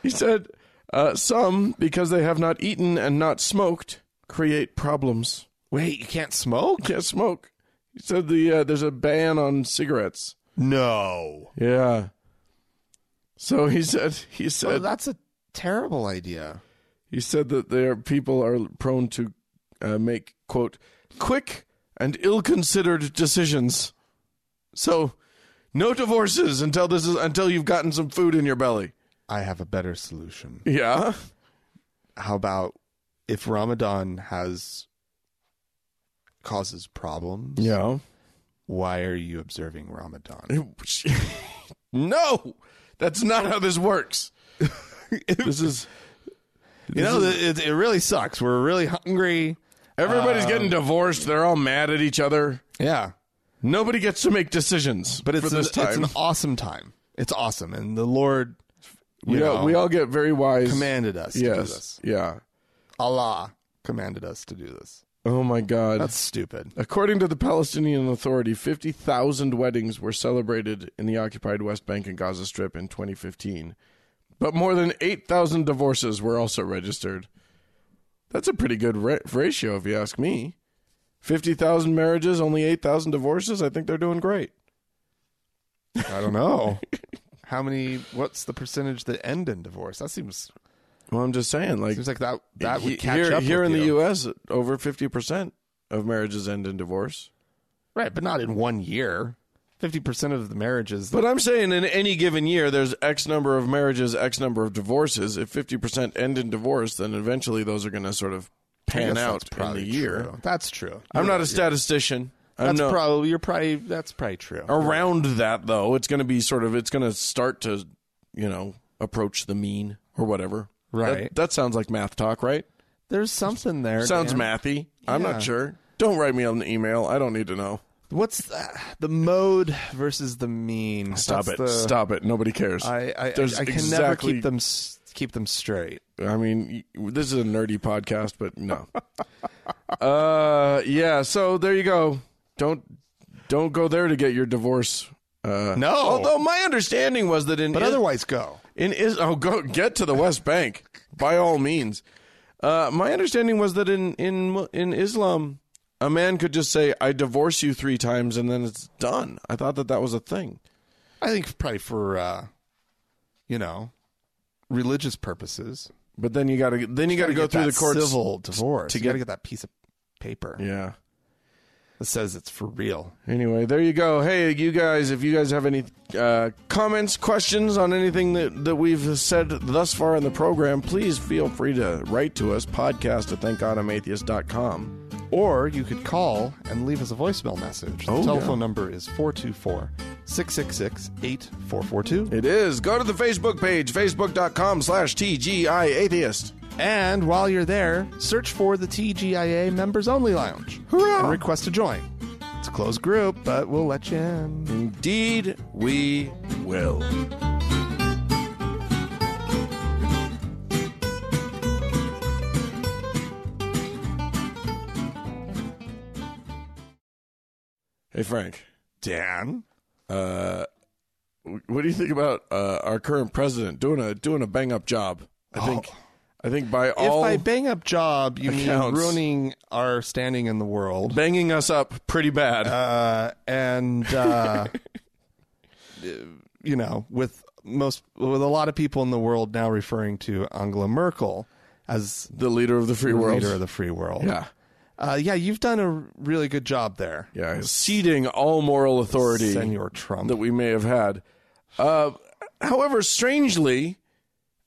[SPEAKER 2] he said uh, some, because they have not eaten and not smoked, create problems.
[SPEAKER 1] Wait, you can't smoke?
[SPEAKER 2] Can't smoke. He said the uh, there's a ban on cigarettes.
[SPEAKER 1] No.
[SPEAKER 2] Yeah. So he said he
[SPEAKER 1] Well,
[SPEAKER 2] said
[SPEAKER 1] Oh, that's a terrible idea.
[SPEAKER 2] he said that their people are prone to uh, make quote quick and ill-considered decisions. So no divorces until this is until you've gotten some food in your belly.
[SPEAKER 1] I have a better solution.
[SPEAKER 2] Yeah.
[SPEAKER 1] How about if Ramadan has causes problems?
[SPEAKER 2] Yeah.
[SPEAKER 1] Why are you observing Ramadan?
[SPEAKER 2] no. That's not how this works. this is
[SPEAKER 1] You know, it, it really sucks. We're really hungry.
[SPEAKER 2] everybody's getting
[SPEAKER 1] Um,
[SPEAKER 2] divorced. They're all mad at each other.
[SPEAKER 1] Yeah,
[SPEAKER 2] Nobody gets to make decisions.
[SPEAKER 1] but it's
[SPEAKER 2] for this
[SPEAKER 1] an, it's
[SPEAKER 2] time.
[SPEAKER 1] an awesome time. It's awesome, and the Lord, you
[SPEAKER 2] we,
[SPEAKER 1] know,
[SPEAKER 2] all, we all get very wise.
[SPEAKER 1] commanded us to do
[SPEAKER 2] yes.
[SPEAKER 1] this.
[SPEAKER 2] Yeah.
[SPEAKER 1] Allah commanded us to do this.
[SPEAKER 2] Oh my God.
[SPEAKER 1] That's stupid.
[SPEAKER 2] According to the Palestinian Authority, 50,000 weddings were celebrated in the occupied West Bank and Gaza Strip in 2015. But more than 8,000 divorces were also registered. That's a pretty good ra- ratio, if you ask me. 50,000 marriages, only 8,000 divorces. I think they're doing great.
[SPEAKER 1] I don't know how many. What's the percentage that end in divorce? That seems
[SPEAKER 2] Well, I'm just saying, like,
[SPEAKER 1] seems like that that
[SPEAKER 2] he-
[SPEAKER 1] would catch
[SPEAKER 2] here,
[SPEAKER 1] up
[SPEAKER 2] here
[SPEAKER 1] with
[SPEAKER 2] in the
[SPEAKER 1] you.
[SPEAKER 2] U.S., over 50% of marriages end in divorce.
[SPEAKER 1] right? But not in one year. Fifty percent of the marriages.
[SPEAKER 2] But I'm saying in any given year, there's X number of marriages, X number of divorces. If 50% end in divorce, then eventually those are going to sort of
[SPEAKER 1] I guess
[SPEAKER 2] pan
[SPEAKER 1] that's
[SPEAKER 2] out in the
[SPEAKER 1] probably
[SPEAKER 2] year.
[SPEAKER 1] true. That's true.
[SPEAKER 2] I'm not a statistician. I'm
[SPEAKER 1] That's
[SPEAKER 2] not
[SPEAKER 1] probably you're probably that's probably true.
[SPEAKER 2] around that though. It's going to be sort of it's going to start to, you know, approach the mean or whatever.
[SPEAKER 1] Right.
[SPEAKER 2] That, that sounds like math talk, right?
[SPEAKER 1] There's something there.
[SPEAKER 2] Sounds
[SPEAKER 1] Dan.
[SPEAKER 2] mathy. I'm
[SPEAKER 1] Yeah.
[SPEAKER 2] not sure. Don't write me on the email. I don't need to know.
[SPEAKER 1] What's the, the mode versus the mean?
[SPEAKER 2] Stop
[SPEAKER 1] That's
[SPEAKER 2] it.
[SPEAKER 1] the-
[SPEAKER 2] Stop it. Nobody cares.
[SPEAKER 1] I I, I,
[SPEAKER 2] There's
[SPEAKER 1] I can never
[SPEAKER 2] exactly-
[SPEAKER 1] keep them s- keep them straight.
[SPEAKER 2] I mean, y- this is a nerdy podcast, but no. uh, yeah. So there you go. Don't don't go there to get your divorce. Uh,
[SPEAKER 1] No.
[SPEAKER 2] Although my understanding was that in
[SPEAKER 1] But
[SPEAKER 2] Is-
[SPEAKER 1] otherwise, go.
[SPEAKER 2] in is oh go get to the West Bank by all means. Uh, my understanding was that in in in Islam, a man could just say, "I divorce you three times," and then it's done. I thought that that was a thing.
[SPEAKER 1] I think probably for uh, you know religious purposes.
[SPEAKER 2] But then you got to then you got to go
[SPEAKER 1] Get
[SPEAKER 2] through
[SPEAKER 1] that
[SPEAKER 2] the courts.
[SPEAKER 1] civil divorce.
[SPEAKER 2] to
[SPEAKER 1] you got to
[SPEAKER 2] get-
[SPEAKER 1] get that piece of paper
[SPEAKER 2] Yeah.
[SPEAKER 1] that says it's for real.
[SPEAKER 2] Anyway, there you go. Hey, you guys, if you guys have any uh, comments, questions on anything that, that we've said thus far in the program, please feel free to write to us, podcast at thankgodimatheist.com.
[SPEAKER 1] Or you could call and leave us a voicemail message. The
[SPEAKER 2] Oh,
[SPEAKER 1] telephone number is 424 666 8442.
[SPEAKER 2] It is. Go to the Facebook page, facebook.com slash TGI Atheist.
[SPEAKER 1] And while you're there, search for the TGIA Members Only Lounge.
[SPEAKER 2] Hurrah!
[SPEAKER 1] And request to join. It's a closed group, but we'll let you in.
[SPEAKER 2] Indeed, we will. Hey, Frank.
[SPEAKER 1] Dan?
[SPEAKER 2] Uh, what do you think about uh, our current president doing a doing a bang up job? I think I think by all
[SPEAKER 1] if I bang up job, you
[SPEAKER 2] Oh. accounts.
[SPEAKER 1] mean ruining our standing in the world.
[SPEAKER 2] banging us up pretty bad.
[SPEAKER 1] Uh, and, uh, you know, with most, with a lot of people in the world now referring to Angela Merkel as
[SPEAKER 2] the leader of the free world.
[SPEAKER 1] leader of the free world.
[SPEAKER 2] yeah.
[SPEAKER 1] Uh, yeah, you've done a really good job there,
[SPEAKER 2] Yeah, ceding all moral authority
[SPEAKER 1] Senor Trump.
[SPEAKER 2] that we may have had. Uh, however, strangely,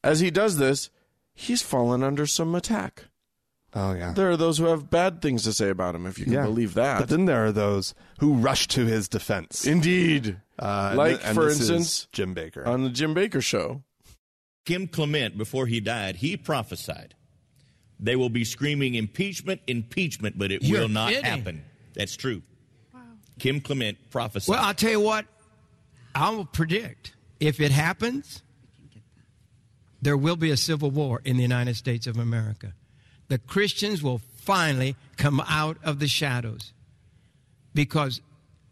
[SPEAKER 2] as he does this, he's fallen under some attack.
[SPEAKER 1] oh yeah.
[SPEAKER 2] There are those who have bad things to say about him, if you can
[SPEAKER 1] Yeah.
[SPEAKER 2] believe that.
[SPEAKER 1] but then there are those who rush to his defense.
[SPEAKER 2] Indeed.
[SPEAKER 1] Uh, and
[SPEAKER 2] like,
[SPEAKER 1] th- and
[SPEAKER 2] for
[SPEAKER 1] this is
[SPEAKER 2] instance,
[SPEAKER 1] Jim Baker.
[SPEAKER 2] on the Jim Baker show.
[SPEAKER 3] Kim Clement, before he died, he prophesied they will be screaming impeachment, impeachment, but it
[SPEAKER 4] You're
[SPEAKER 3] will not
[SPEAKER 4] kidding.
[SPEAKER 3] happen. That's true. Kim Clement prophesied.
[SPEAKER 4] Well, I'll tell you what, I'll predict if it happens, there will be a civil war in the United States of America. The Christians will finally come out of the shadows because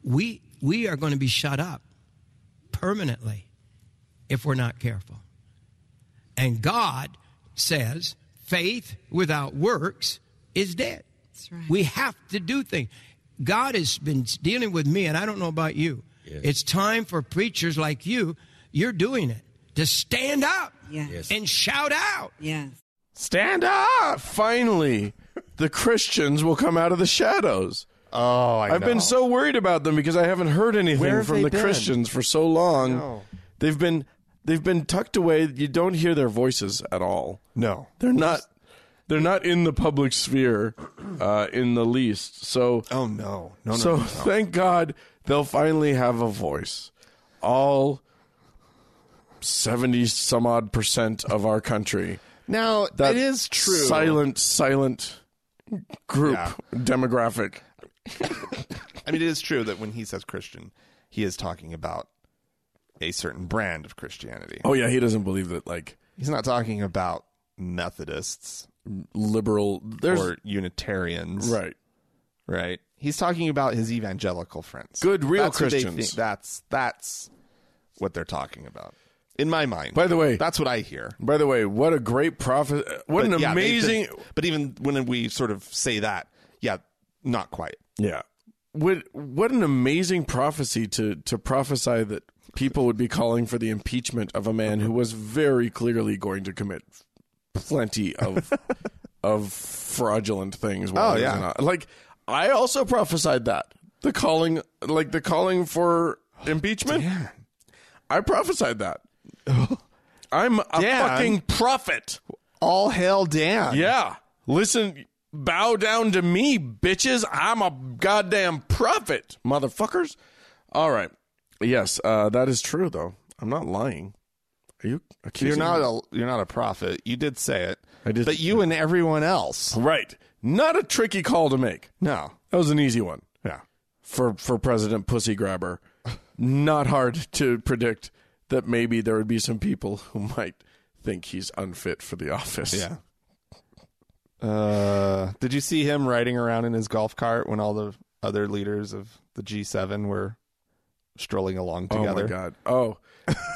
[SPEAKER 4] we, we are going to be shut up permanently if we're not careful. And God says faith without works is dead.
[SPEAKER 5] That's right.
[SPEAKER 4] We have to do things. God has been dealing with me, and I don't know about you. It's time for preachers like you, you're doing it, to stand up
[SPEAKER 5] Yes. Yes.
[SPEAKER 4] and shout out.
[SPEAKER 5] Yes.
[SPEAKER 2] Stand up! Finally, the Christians will come out of the shadows.
[SPEAKER 1] oh, I
[SPEAKER 2] I've been so worried about them because I haven't heard
[SPEAKER 1] Where
[SPEAKER 2] anything
[SPEAKER 1] have
[SPEAKER 2] from
[SPEAKER 1] they
[SPEAKER 2] the
[SPEAKER 1] been?
[SPEAKER 2] Christians for so long.
[SPEAKER 1] know.
[SPEAKER 2] They've been they've been tucked away. You don't hear their voices at all.
[SPEAKER 1] no.
[SPEAKER 2] They're not they're not in the public sphere uh, in the least. So
[SPEAKER 1] Oh no, no, no.
[SPEAKER 2] so
[SPEAKER 1] no.
[SPEAKER 2] thank God they'll finally have a voice. All 70 some odd percent of our country.
[SPEAKER 1] now
[SPEAKER 2] That
[SPEAKER 1] it is true.
[SPEAKER 2] Silent silent group
[SPEAKER 1] Yeah.
[SPEAKER 2] demographic.
[SPEAKER 1] I mean, it is true that when he says Christian, he is talking about a certain brand of Christianity.
[SPEAKER 2] Oh yeah, he doesn't believe that like
[SPEAKER 1] He's not talking about Methodists
[SPEAKER 2] liberal there's
[SPEAKER 1] or Unitarians,
[SPEAKER 2] right.
[SPEAKER 1] Right. He's talking about his evangelical friends,
[SPEAKER 2] Good, real
[SPEAKER 1] That's what they
[SPEAKER 2] Christians.
[SPEAKER 1] think- That's that's what they're talking about, in my mind.
[SPEAKER 2] By the way,
[SPEAKER 1] that's what I hear.
[SPEAKER 2] by the way, what a great prophet! What an
[SPEAKER 1] But yeah, they've
[SPEAKER 2] amazing!
[SPEAKER 1] been- but even when we sort of say that, yeah, not quite.
[SPEAKER 2] Yeah. What what an amazing prophecy to to prophesy that people would be calling for the impeachment of a man who was very clearly going to commit plenty of of fraudulent things. While
[SPEAKER 1] Oh,
[SPEAKER 2] he was
[SPEAKER 1] yeah.
[SPEAKER 2] in o- like I also prophesied that the calling like the calling for impeachment. I prophesied that. I'm a
[SPEAKER 1] Dan.
[SPEAKER 2] fucking prophet.
[SPEAKER 1] All hail Dan.
[SPEAKER 2] Yeah. Listen, bow down to me, bitches. I'm a goddamn prophet, motherfuckers. All right. Yes, uh, that is true, though. I'm not lying. Are you accusing
[SPEAKER 1] You're
[SPEAKER 2] me?
[SPEAKER 1] not a you're not a prophet. You did say it.
[SPEAKER 2] I did
[SPEAKER 1] But
[SPEAKER 2] say
[SPEAKER 1] you and everyone else.
[SPEAKER 2] Right. Not a tricky call to make.
[SPEAKER 1] No.
[SPEAKER 2] That was an easy one
[SPEAKER 1] Yeah.
[SPEAKER 2] for, for President Pussy Grabber. not hard to predict that maybe there would be some people who might think he's unfit for the office.
[SPEAKER 1] Yeah. Uh, did you see him riding around in his golf cart when all the other leaders of the G7 were strolling along together?
[SPEAKER 2] Oh my god. Oh.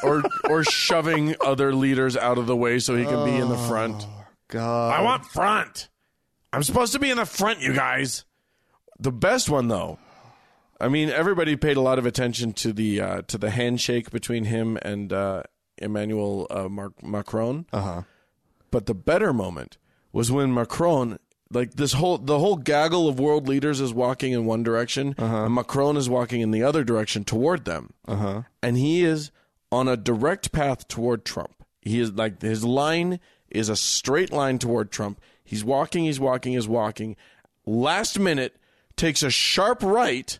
[SPEAKER 2] or or shoving other leaders out of the way so he can be in the front.
[SPEAKER 1] God.
[SPEAKER 2] I want front. I'm supposed to be in the front, you guys. The best one though. I mean, everybody paid a lot of attention to the uh, to the handshake between him and uh, Emmanuel uh, Mar- Macron.
[SPEAKER 1] Uh-huh.
[SPEAKER 2] But the better moment was when Macron, like this whole the whole gaggle of world leaders is walking in one direction, and Macron is walking in the other direction toward them. Uh-huh. And he is on a direct path toward Trump. He is like his line is a straight line toward Trump. He's walking, he's walking, he's walking. Last minute takes a sharp right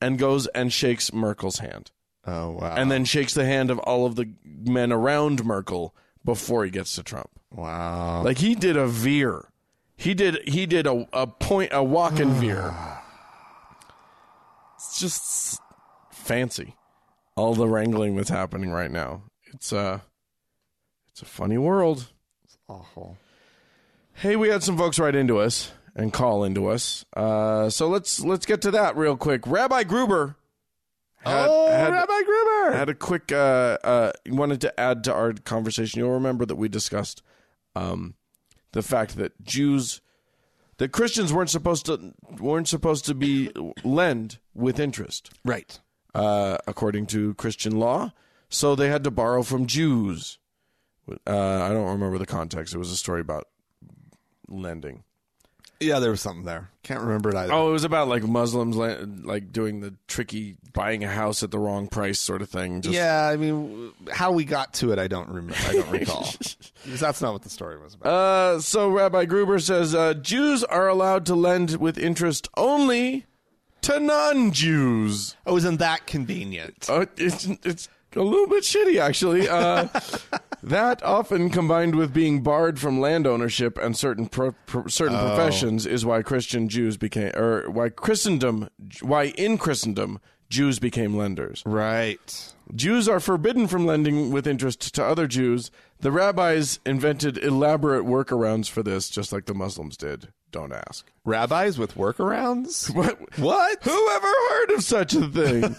[SPEAKER 2] and goes and shakes Merkel's hand
[SPEAKER 1] Oh wow.
[SPEAKER 2] and then shakes the hand of all of the men around Merkel before he gets to Trump.
[SPEAKER 1] wow.
[SPEAKER 2] Like he did a veer. He did he did a, a point a walk and veer. It's just fancy. All the wrangling that's happening right now. It's uh it's a funny world.
[SPEAKER 1] Awful.
[SPEAKER 2] Hey, we had some folks write into us and call into us. Uh, so let's let's get to that real quick. Rabbi Gruber had,
[SPEAKER 1] oh,
[SPEAKER 2] had-
[SPEAKER 1] Rabbi Gruber.
[SPEAKER 2] I had a quick uh, uh, wanted to add to our conversation. You'll remember that we discussed um, the fact that Jews, that Christians weren't supposed to weren't supposed to be lend with interest,
[SPEAKER 1] right.
[SPEAKER 2] uh, according to Christian law. So they had to borrow from Jews. Uh, I don't remember the context. It was a story about lending.
[SPEAKER 1] Yeah, there was something there. Can't remember it either.
[SPEAKER 2] Oh, it was about like Muslims la- like doing the tricky buying a house at the wrong price sort of thing. Just,
[SPEAKER 1] yeah, I mean, how we got to it, I don't remember. I don't recall. 'Cause that's not what the story was about.
[SPEAKER 2] Uh, so Rabbi Gruber says uh, Jews are allowed to lend with interest only to non-Jews.
[SPEAKER 1] oh, isn't that convenient?
[SPEAKER 2] Uh, it's it's a little bit shitty actually. Uh, that often combined with being barred from land ownership and certain pro- pro- certain professions is why Christian Jews became or why Christendom why in Christendom Jews became lenders.
[SPEAKER 1] Right.
[SPEAKER 2] Jews are forbidden from lending with interest to other Jews. The rabbis invented elaborate workarounds for this, just like the Muslims did. Don't ask.
[SPEAKER 1] Rabbis with workarounds?
[SPEAKER 2] What?
[SPEAKER 1] What?
[SPEAKER 2] Whoever heard of such a thing?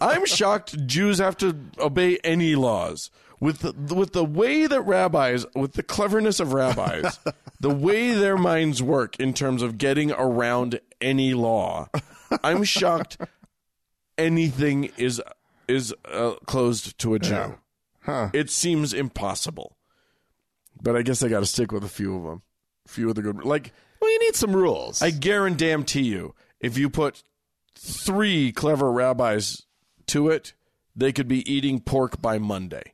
[SPEAKER 2] I'm shocked Jews have to obey any laws. With the, with the way that rabbis, with the cleverness of rabbis, the way their minds work in terms of getting around any law, I'm shocked anything is is uh, closed to a Jew. It seems impossible. But I guess I got to stick with a few of them. A few of the good like
[SPEAKER 1] Well, you need some rules.
[SPEAKER 2] I guarantee you, if you put three clever rabbis to it, they could be eating pork by Monday.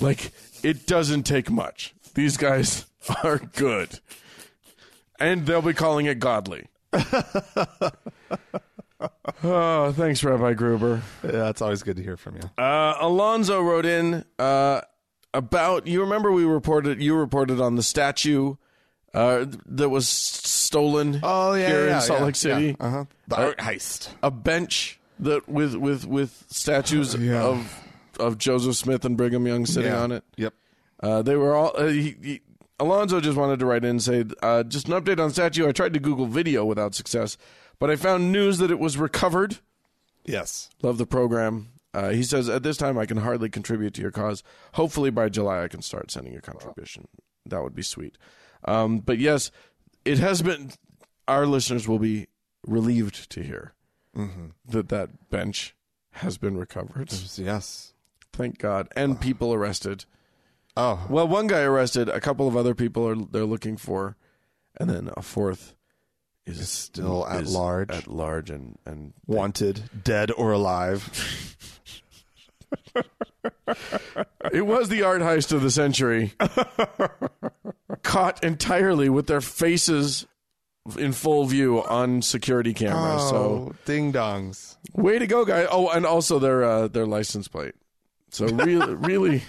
[SPEAKER 2] like, it doesn't take much. These guys are good. And they'll be calling it godly. oh, thanks, Rabbi Gruber.
[SPEAKER 1] yeah, it's always good to hear from you.
[SPEAKER 2] Uh, Alonzo wrote in uh, about you remember we reported you reported on the statue uh, that was stolen.
[SPEAKER 1] Oh yeah,
[SPEAKER 2] here
[SPEAKER 1] yeah,
[SPEAKER 2] in Salt
[SPEAKER 1] yeah,
[SPEAKER 2] Lake City,
[SPEAKER 1] yeah. Uh-huh. The art heist.
[SPEAKER 2] a bench that with with with statues
[SPEAKER 1] Yeah.
[SPEAKER 2] of of Joseph Smith and Brigham Young sitting
[SPEAKER 1] Yeah.
[SPEAKER 2] on it.
[SPEAKER 1] Yep.
[SPEAKER 2] Uh, they were all. Uh, he, he, Alonzo just wanted to write in and say, uh, just an update on statue. I tried to Google video without success, but I found news that it was recovered.
[SPEAKER 1] Yes.
[SPEAKER 2] Love the program. Uh, he says, at this time, I can hardly contribute to your cause. Hopefully, by July, I can start sending a contribution. That would be sweet. Um, but yes, it has been. Our listeners will be relieved to hear that that bench has been recovered.
[SPEAKER 1] Yes.
[SPEAKER 2] Thank God, and people arrested.
[SPEAKER 1] Oh.
[SPEAKER 2] Well, one guy arrested. A couple of other people are they're looking for, and then a fourth is
[SPEAKER 1] still at
[SPEAKER 2] is
[SPEAKER 1] large.
[SPEAKER 2] At large, and and
[SPEAKER 1] Wanted, dead or alive.
[SPEAKER 2] It was the art heist of the century. Caught entirely with their faces in full view on security cameras. So
[SPEAKER 1] oh, ding dongs.
[SPEAKER 2] way to go, guys! Oh, and also their uh, their license plate. So really, really,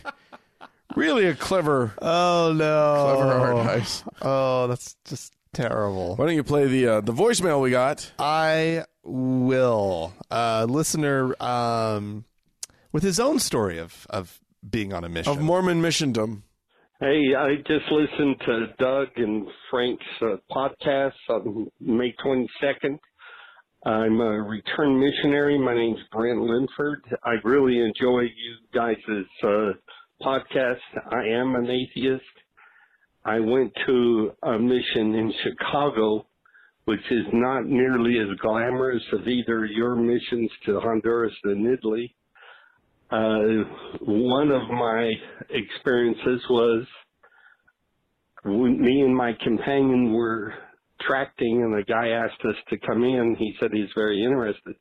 [SPEAKER 2] really a clever,
[SPEAKER 1] Oh no.
[SPEAKER 2] clever art heist.
[SPEAKER 1] Oh, that's just terrible.
[SPEAKER 2] Why don't you play the uh, the voicemail we got?
[SPEAKER 1] I will. Uh, listener, um, with his own story of of being on a mission.
[SPEAKER 2] Of Mormon missiondom.
[SPEAKER 5] Hey, I just listened to Doug and Frank's uh, podcast on May 22nd. I'm a returned missionary. My name's Brent Linford. I really enjoy you guys' uh, podcast. I am an atheist. I went to a mission in Chicago, which is not nearly as glamorous as either your missions to Honduras and Italy uh, one of my experiences was when me and my companion were tracting, and the guy asked us to come in. He said he's very interested.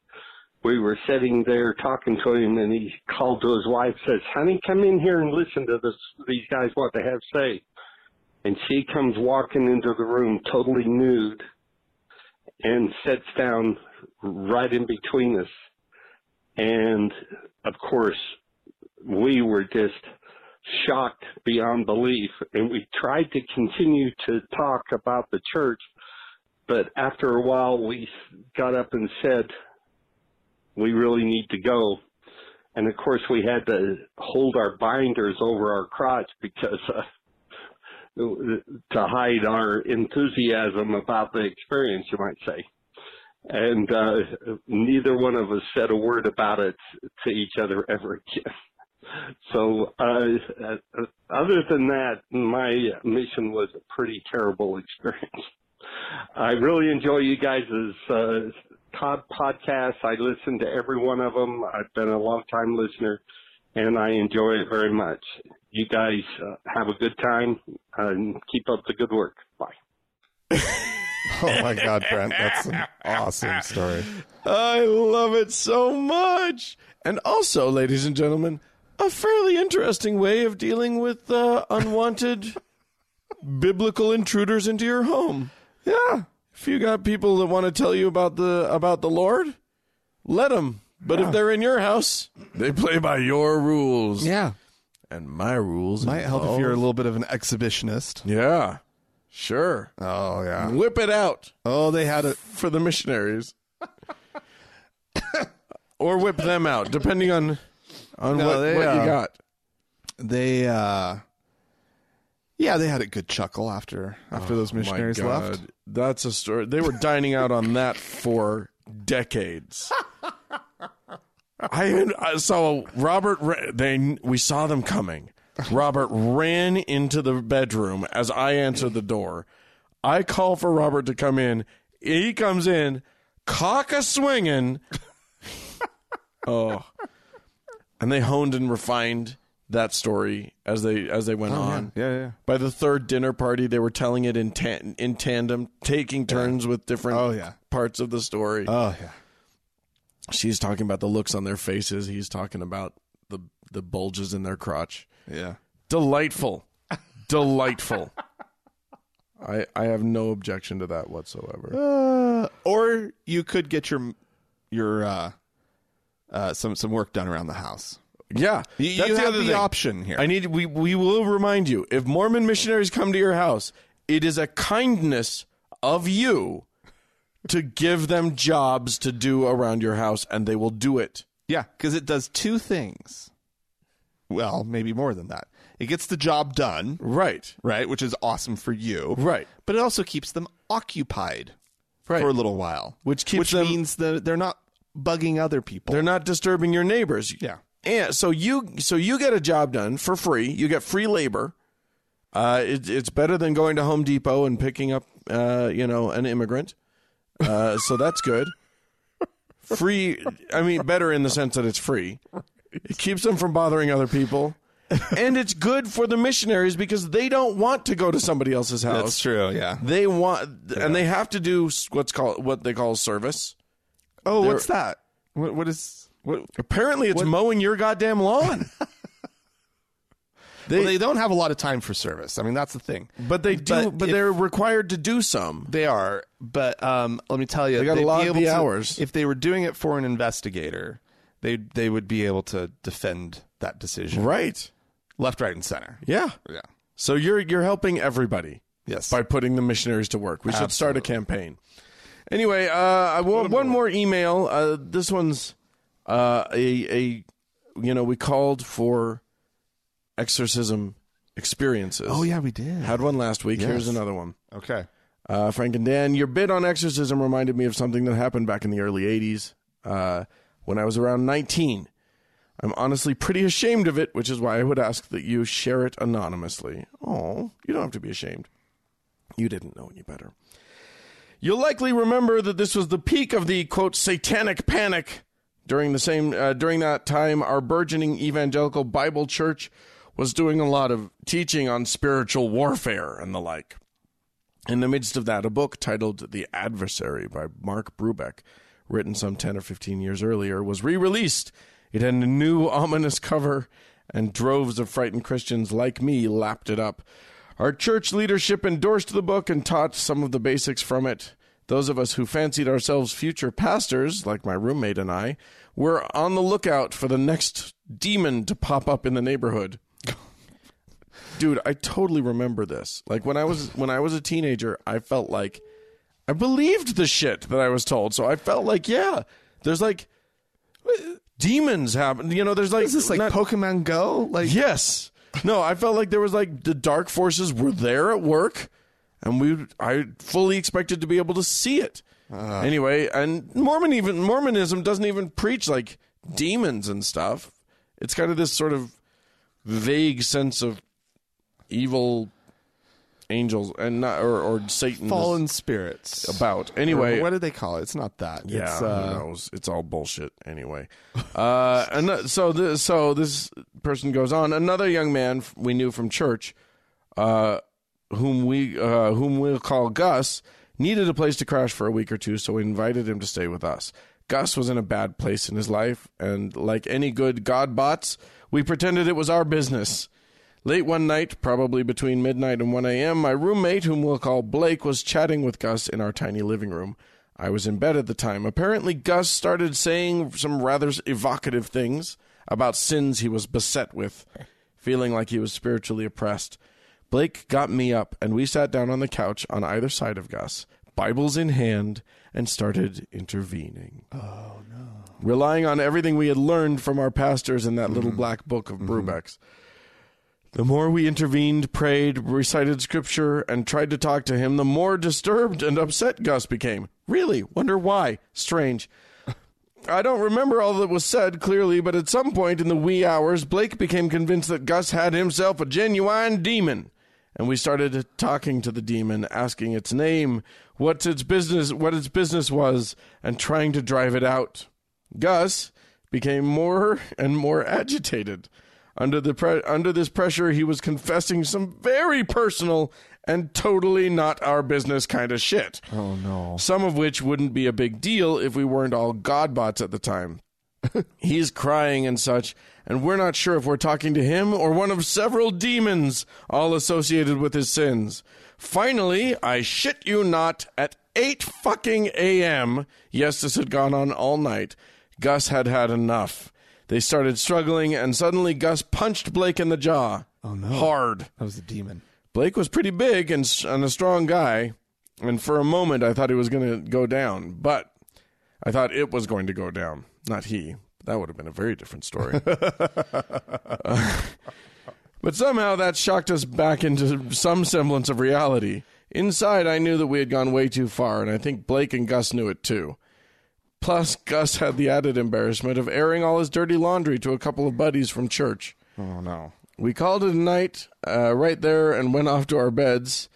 [SPEAKER 5] We were sitting there talking to him, and he called to his wife, says, "Honey, come in here and listen to this. These guys what they have to say." And she comes walking into the room, totally nude, and sits down right in between us. And of course, we were just shocked beyond belief. And we tried to continue to talk about the church. But after a while, we got up and said, we really need to go. And of course, we had to hold our binders over our crotch because uh, to hide our enthusiasm about the experience, you might say and uh, neither one of us said a word about it to each other ever again. So, uh, uh, other than that, my uh, mission was a pretty terrible experience. I really enjoy you guys' uh, Todd podcasts. I listen to every one of them. I've been a long time listener, and I enjoy it very much. You guys uh, have a good time and keep up the good work. Bye.
[SPEAKER 1] Oh my God, Brent, that's an awesome story.
[SPEAKER 2] I love it so much. And also, ladies and gentlemen, a fairly interesting way of dealing with uh, unwanted biblical intruders into your home. Yeah. If you got people that want to tell you about the about the Lord, let them. But if they're in your house, they play by your rules.
[SPEAKER 1] Yeah,
[SPEAKER 2] And my rules
[SPEAKER 1] might help if
[SPEAKER 2] involve-
[SPEAKER 1] you're a little bit of an exhibitionist.
[SPEAKER 2] Yeah. Sure.
[SPEAKER 1] Oh yeah.
[SPEAKER 2] Whip it out
[SPEAKER 1] Oh, they had a
[SPEAKER 2] for the missionaries. or whip them out, depending on on
[SPEAKER 1] No,
[SPEAKER 2] what,
[SPEAKER 1] they,
[SPEAKER 2] what
[SPEAKER 1] uh,
[SPEAKER 2] you got.
[SPEAKER 1] they. uh Yeah, they had a good chuckle after after those missionaries
[SPEAKER 2] Oh My God.
[SPEAKER 1] left.
[SPEAKER 2] That's a story. They were dining out on that for decades. I, I saw Robert. ra- They we saw them coming. Robert ran into the bedroom as I answered the door. I call for Robert to come in. He comes in, cock a swinging. oh, and they honed and refined that story as they as they went on.
[SPEAKER 1] Oh, Yeah, yeah.
[SPEAKER 2] By the third dinner party, they were telling it in tan- in tandem, taking turns with different
[SPEAKER 1] Oh, yeah.
[SPEAKER 2] parts of the story.
[SPEAKER 1] Oh yeah.
[SPEAKER 2] She's talking about the looks on their faces. He's talking about the the bulges in their crotch.
[SPEAKER 1] Yeah.
[SPEAKER 2] Delightful, delightful. I I have no objection to that
[SPEAKER 1] Uh,
[SPEAKER 2] whatsoever.
[SPEAKER 1] or you could get your your uh, uh, some some work done around the house.
[SPEAKER 2] Yeah,
[SPEAKER 1] You,
[SPEAKER 2] that's
[SPEAKER 1] you
[SPEAKER 2] the
[SPEAKER 1] have
[SPEAKER 2] other
[SPEAKER 1] the
[SPEAKER 2] thing.
[SPEAKER 1] option here.
[SPEAKER 2] I need we we will remind you if Mormon missionaries come to your house, it is a kindness of you to give them jobs to do around your house and they will do it.
[SPEAKER 1] yeah, because it does two things. Well, maybe more than that. It gets the job done,
[SPEAKER 2] Right.
[SPEAKER 1] right, which is awesome for you,
[SPEAKER 2] Right.
[SPEAKER 1] But it also keeps them occupied
[SPEAKER 2] Right.
[SPEAKER 1] for a little while,
[SPEAKER 2] Which keeps
[SPEAKER 1] which
[SPEAKER 2] them-
[SPEAKER 1] means that they're not bugging other people.
[SPEAKER 2] They're not disturbing your neighbors.
[SPEAKER 1] Yeah.
[SPEAKER 2] And so you so you get a job done for free. You get free labor. Uh, it, it's better than going to Home Depot and picking up, uh, you know, an immigrant. Uh, so that's good. Free. I mean, better in the sense that it's free. It keeps them from bothering other people, and it's good for the missionaries because they don't want to go to somebody else's house.
[SPEAKER 1] That's true. Yeah.
[SPEAKER 2] They want, and they have to do s- what's called what they call service.
[SPEAKER 1] Oh, what's that? What, what is what?
[SPEAKER 2] Apparently, it's mowing your goddamn lawn.
[SPEAKER 1] Well, they don't have a lot of time for service. I mean, that's the thing.
[SPEAKER 2] But they do. But,
[SPEAKER 1] But if-
[SPEAKER 2] they're required to do some.
[SPEAKER 1] They are, but um, let me tell you, they
[SPEAKER 2] gotta log the hours.
[SPEAKER 1] If they were doing it for an investigator, they they would be able to defend that decision,
[SPEAKER 2] Right.
[SPEAKER 1] Left, right, and center.
[SPEAKER 2] Yeah.
[SPEAKER 1] Yeah.
[SPEAKER 2] So you're you're helping everybody
[SPEAKER 1] Yes.
[SPEAKER 2] by putting the missionaries to work. We should start a campaign. Anyway, uh, I want one more email. Uh, this one's uh, a a you know we called for exorcism experiences.
[SPEAKER 1] oh yeah, we did.
[SPEAKER 2] Had one last week. Here's another one.
[SPEAKER 1] okay.
[SPEAKER 2] Uh, Frank and Dan, your bid on exorcism reminded me of something that happened back in the early 80s uh, when I was around 19. I'm honestly pretty ashamed of it, which is why I would ask that you share it anonymously. Oh, you don't have to be ashamed. You didn't know any better. You'll likely remember that this was the peak of the quote satanic panic. During the same uh, during that time, our burgeoning evangelical Bible church was doing a lot of teaching on spiritual warfare and the like. In the midst of that, a book titled The Adversary by Mark Brubeck, written some 10 or 15 years earlier, was re released. It had a new ominous cover, and droves of frightened Christians like me lapped it up. Our church leadership endorsed the book and taught some of the basics from it. Those of us who fancied ourselves future pastors, like my roommate and I, were on the lookout for the next demon to pop up in the neighborhood dude i totally remember this like when i was when i was a teenager i felt like i believed the shit that i was told so i felt like yeah there's like uh, demons happen you know there's like
[SPEAKER 1] Is this like
[SPEAKER 2] not-
[SPEAKER 1] Pokemon Go? Like
[SPEAKER 2] yes no i felt like there was like the dark forces were there at work and we i fully expected to be able to see it
[SPEAKER 1] Ah.
[SPEAKER 2] anyway and mormon even mormonism doesn't even preach like demons and stuff it's kind of this sort of vague sense of evil angels and not or, or Satan is
[SPEAKER 1] fallen spirits.
[SPEAKER 2] about.
[SPEAKER 1] Or
[SPEAKER 2] Anyway,
[SPEAKER 1] what do they call it? It's not that.
[SPEAKER 2] yeah,
[SPEAKER 1] It's,
[SPEAKER 2] who
[SPEAKER 1] uh,
[SPEAKER 2] knows? It's all bullshit anyway. uh, and th- so this, so this person goes on. Another young man f- we knew from church uh, whom we uh, whom we'll call Gus, needed a place to crash for a week or two, so we invited him to stay with us. Gus was in a bad place in his life, and like any good godbots, we pretended it was our business. Late one night, probably between midnight and 1 a.m., my roommate, whom we'll call Blake, was chatting with Gus in our tiny living room. I was in bed at the time. Apparently, Gus started saying some rather evocative things about sins he was beset with, feeling like he was spiritually oppressed. Blake got me up, and we sat down on the couch on either side of Gus, Bibles in hand, and started intervening. Oh, no. Relying on everything we had learned from our pastors in that little black book of Brubeck's. The more we intervened, prayed, recited scripture, and tried to talk to him, the more disturbed and upset Gus became. Really? Wonder why? Strange. I don't remember all that was said clearly, but at some point in the wee hours, Blake became convinced that Gus had himself a genuine demon. And we started talking to the demon, asking its name, what's its business, what its business was, and trying to drive it out. Gus became more and more agitated. Under the pre- under this pressure, he was confessing some very personal and totally not our business kind of shit. Oh no. Some of which wouldn't be a big deal if we weren't all godbots at the time. He's crying and such, and we're not sure if we're talking to him or one of several demons all associated with his sins. Finally, I shit you not, at 8 fucking a.m., yes, this had gone on all night, Gus had had enough. They started struggling, and suddenly Gus punched Blake in the jaw. Oh, no. Hard.
[SPEAKER 1] That was the demon.
[SPEAKER 2] Blake was pretty big and, and a strong guy, and for a moment I thought he was going to go down, but I thought it was going to go down, not he. That would have been a very different story. But somehow that shocked us back into some semblance of reality. Inside, I knew that we had gone way too far, and I think Blake and Gus knew it too. Plus, Gus had the added embarrassment of airing all his dirty laundry to a couple of buddies from church.
[SPEAKER 1] Oh no.
[SPEAKER 2] We called it a night uh, right there and went off to our beds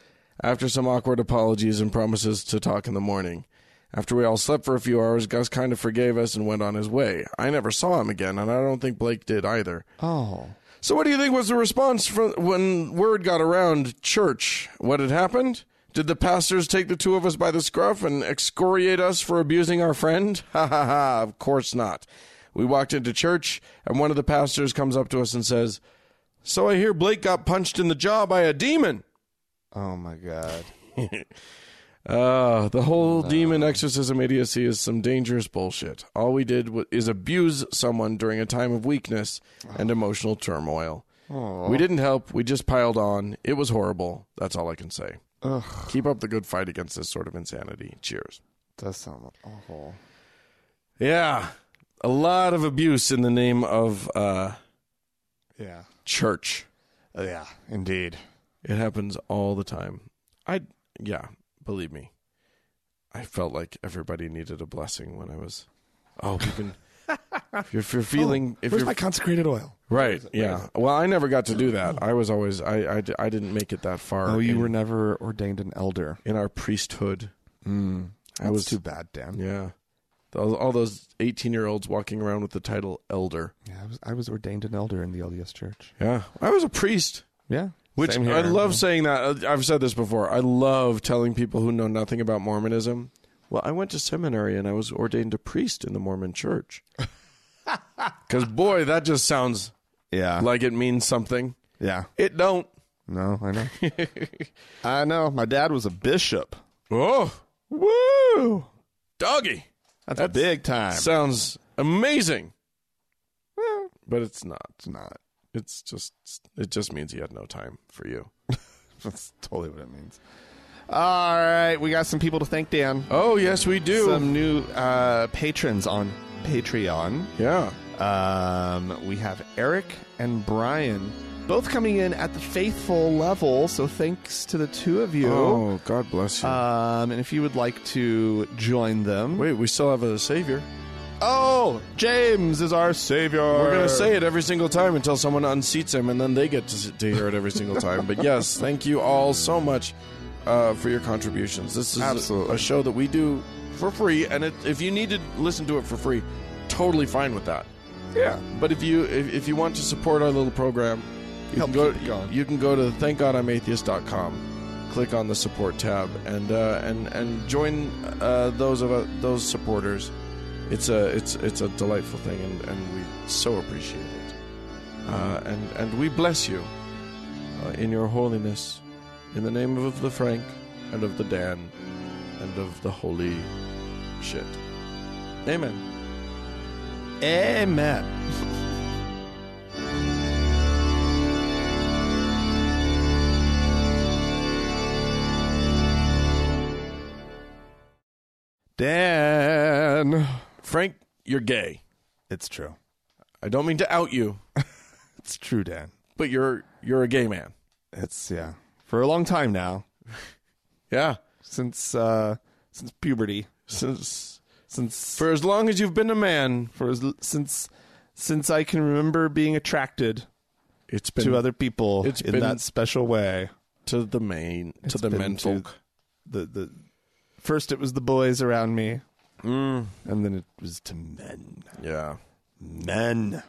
[SPEAKER 2] after some awkward apologies and promises to talk in the morning. After we all slept for a few hours, Gus kind of forgave us and went on his way. I never saw him again, and I don't think Blake did either.
[SPEAKER 1] Oh.
[SPEAKER 2] So, what do you think was the response from when word got around church? What had happened? Did the pastors take the two of us by the scruff and excoriate us for abusing our friend? Ha ha ha, of course not. We walked into church, and one of the pastors comes up to us and says, So I hear Blake got punched in the jaw by a demon.
[SPEAKER 1] Oh my god.
[SPEAKER 2] Uh, the whole demon exorcism idiocy is some dangerous bullshit. All we did w- is abuse someone during a time of weakness and emotional turmoil. We didn't help. We just piled on. It was horrible. That's all I can say. Keep up the good fight against this sort of insanity. Cheers.
[SPEAKER 1] That sounds awful.
[SPEAKER 2] Yeah. A lot of abuse in the name of uh,
[SPEAKER 1] Yeah.
[SPEAKER 2] church.
[SPEAKER 1] Uh, Yeah, indeed.
[SPEAKER 2] It happens all the time. I, yeah, believe me. I felt like everybody needed a blessing when I was. Oh, you can. if you're, if you're feeling, if
[SPEAKER 1] Where's
[SPEAKER 2] you're
[SPEAKER 1] my consecrated oil?
[SPEAKER 2] right, yeah. Well, I never got to do that. I was always, I, I, di- I didn't make it that far.
[SPEAKER 1] Oh,
[SPEAKER 2] in,
[SPEAKER 1] you were never ordained an elder.
[SPEAKER 2] in our priesthood.
[SPEAKER 1] That was Mm. too bad, Dan.
[SPEAKER 2] Yeah, all, all those eighteen-year-olds walking around with the title elder.
[SPEAKER 1] Yeah, I was I was ordained an elder in the LDS church.
[SPEAKER 2] Yeah, I was a priest.
[SPEAKER 1] Yeah.
[SPEAKER 2] Which
[SPEAKER 1] Same here.
[SPEAKER 2] I love saying that. Uh, I've said this before. I love telling people who know nothing about Mormonism. Well, I went to seminary and I was ordained a priest in the Mormon church. Because boy, that just sounds
[SPEAKER 1] Yeah.
[SPEAKER 2] like it means something.
[SPEAKER 1] yeah.
[SPEAKER 2] It don't.
[SPEAKER 1] No, I know. I know. My dad was a bishop.
[SPEAKER 2] Oh, woo, doggy.
[SPEAKER 1] That's, big time.
[SPEAKER 2] Sounds amazing. But it's not.
[SPEAKER 1] it's not.
[SPEAKER 2] It's just. It just means he had no time for you.
[SPEAKER 1] That's totally what it means. All right, we got some people to thank, Dan.
[SPEAKER 2] Oh yes, we do.
[SPEAKER 1] Some new uh, patrons on Patreon.
[SPEAKER 2] yeah.
[SPEAKER 1] Um, we have Eric and Brian both coming in at the faithful level. So thanks to the two of you.
[SPEAKER 2] Oh, God bless you.
[SPEAKER 1] Um, and if you would like to join them,
[SPEAKER 2] Wait, we still have a savior.
[SPEAKER 1] oh, James is our savior.
[SPEAKER 2] We're going to say it every single time until someone unseats him, and then they get to, s- to hear it every single time. But yes, thank you all so much uh, for your contributions. This is a-
[SPEAKER 1] Absolutely.
[SPEAKER 2] a show that we do for free, and it, if you need to listen to it for free, totally fine with that.
[SPEAKER 1] yeah.
[SPEAKER 2] But if you if, if you want to support our little program, you
[SPEAKER 1] Help
[SPEAKER 2] can go
[SPEAKER 1] keep it going.
[SPEAKER 2] you can go to thankgodimatheist.com click on the support tab and uh, and and join uh, those of uh, those supporters. It's a it's it's a delightful thing, and, and we so appreciate it. Uh, and and we bless you uh, in your holiness, in the name of the Frank and of the Dan and of the holy shit. Amen.
[SPEAKER 1] Amen. Dan.
[SPEAKER 2] Frank, you're gay.
[SPEAKER 1] It's true.
[SPEAKER 2] I don't mean to out you,
[SPEAKER 1] It's true, Dan.
[SPEAKER 2] but you're you're a gay man.
[SPEAKER 1] It's yeah. For a long time now,
[SPEAKER 2] Yeah.
[SPEAKER 1] since uh since puberty,
[SPEAKER 2] Since
[SPEAKER 1] since
[SPEAKER 2] for as long as you've been a man,
[SPEAKER 1] for as, since since I can remember being attracted
[SPEAKER 2] it's been
[SPEAKER 1] to other people
[SPEAKER 2] it's
[SPEAKER 1] in
[SPEAKER 2] been-
[SPEAKER 1] that special way.
[SPEAKER 2] to the main to the
[SPEAKER 1] been
[SPEAKER 2] men
[SPEAKER 1] to-
[SPEAKER 2] folk.
[SPEAKER 1] The the first it was the boys around me, and then it was to men.
[SPEAKER 2] Yeah.
[SPEAKER 1] Men.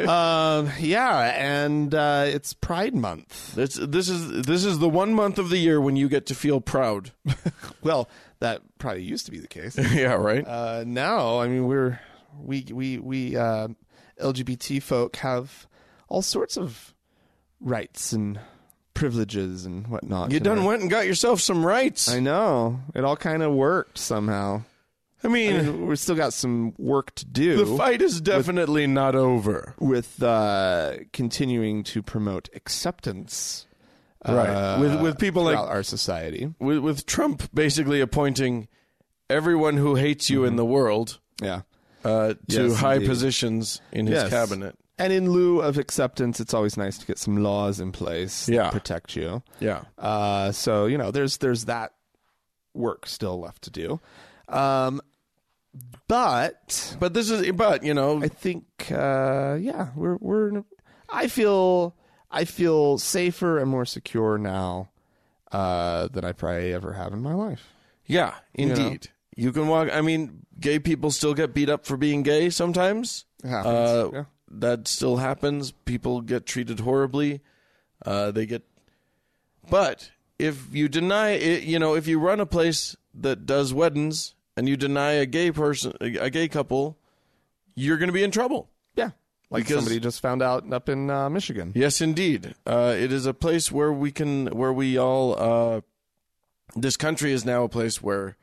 [SPEAKER 1] um, yeah, and uh, it's Pride Month.
[SPEAKER 2] This this is this is the one month of the year when you get to feel proud.
[SPEAKER 1] Well, that probably used to be the case.
[SPEAKER 2] yeah, right?
[SPEAKER 1] Uh, now, I mean, we're we we we uh, LGBT folk have all sorts of rights and privileges and whatnot.
[SPEAKER 2] you
[SPEAKER 1] And
[SPEAKER 2] done
[SPEAKER 1] I-
[SPEAKER 2] went and got yourself some rights.
[SPEAKER 1] I know it all kind of worked somehow.
[SPEAKER 2] I mean,
[SPEAKER 1] I mean, we've still got some work to do.
[SPEAKER 2] the fight is definitely not over.
[SPEAKER 1] with uh, continuing to promote acceptance,
[SPEAKER 2] Right.
[SPEAKER 1] uh,
[SPEAKER 2] With- with people like-
[SPEAKER 1] throughout our society.
[SPEAKER 2] With with Trump basically appointing everyone who hates you in the world
[SPEAKER 1] Yeah,
[SPEAKER 2] uh, to
[SPEAKER 1] Mm-hmm. Yes,
[SPEAKER 2] high
[SPEAKER 1] indeed.
[SPEAKER 2] positions in his
[SPEAKER 1] Yes.
[SPEAKER 2] cabinet.
[SPEAKER 1] And in lieu of acceptance, it's always nice to get some laws in place
[SPEAKER 2] Yeah.
[SPEAKER 1] that protect you.
[SPEAKER 2] Yeah.
[SPEAKER 1] Uh, so you know, there's there's that work still left to do, um, but
[SPEAKER 2] But this is but, you know,
[SPEAKER 1] I think uh, yeah, we're we're. in a- I feel I feel safer and more secure now uh, than I probably ever have in my life.
[SPEAKER 2] Yeah,
[SPEAKER 1] know?
[SPEAKER 2] indeed. You, can walk. I mean, gay people still get beat up for being gay sometimes.
[SPEAKER 1] It happens,
[SPEAKER 2] Uh,
[SPEAKER 1] yeah.
[SPEAKER 2] That still happens. People get treated horribly. Uh, they get. But if you deny it, you know, if you run a place that does weddings and you deny a gay person, a gay couple, you're going to be in trouble.
[SPEAKER 1] Yeah, like
[SPEAKER 2] Because-
[SPEAKER 1] somebody just found out up in uh, Michigan.
[SPEAKER 2] Yes, indeed. Uh, it is a place where we can, where we all, uh, this country is now a place where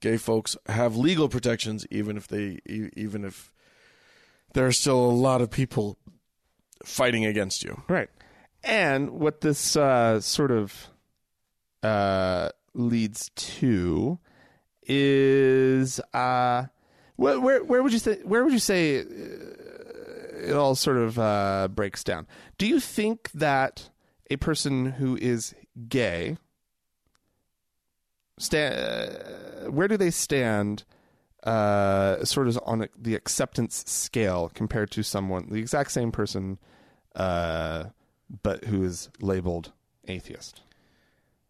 [SPEAKER 2] gay folks have legal protections, even if they, e- even if there are still a lot of people fighting against you.
[SPEAKER 1] Right. And what this uh, sort of uh, leads to is uh, where, where where would you say where would you say uh, it all sort of uh, breaks down? Do you think that a person who is gay stand uh, where do they stand uh, sort of on the acceptance scale compared to someone the exact same person uh, but who is labeled atheist.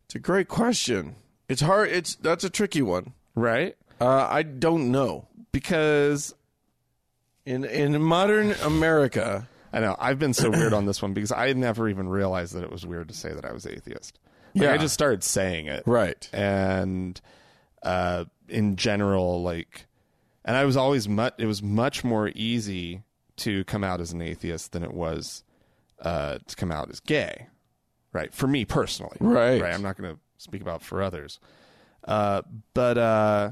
[SPEAKER 2] It's a great question. It's hard. It's that's a tricky one.
[SPEAKER 1] Right?
[SPEAKER 2] Uh, I don't know.
[SPEAKER 1] Because
[SPEAKER 2] In in modern America,
[SPEAKER 1] I know I've been so weird on this one because I never even realized that it was weird to say that I was atheist. Like,
[SPEAKER 2] Yeah.
[SPEAKER 1] I just started saying it.
[SPEAKER 2] right?
[SPEAKER 1] And uh, in general, like, and I was always much, it was much more easy to come out as an atheist than it was uh, to come out as gay. Right. For me personally.
[SPEAKER 2] Right.
[SPEAKER 1] Right. I'm not going to speak about for others. Uh, but, uh,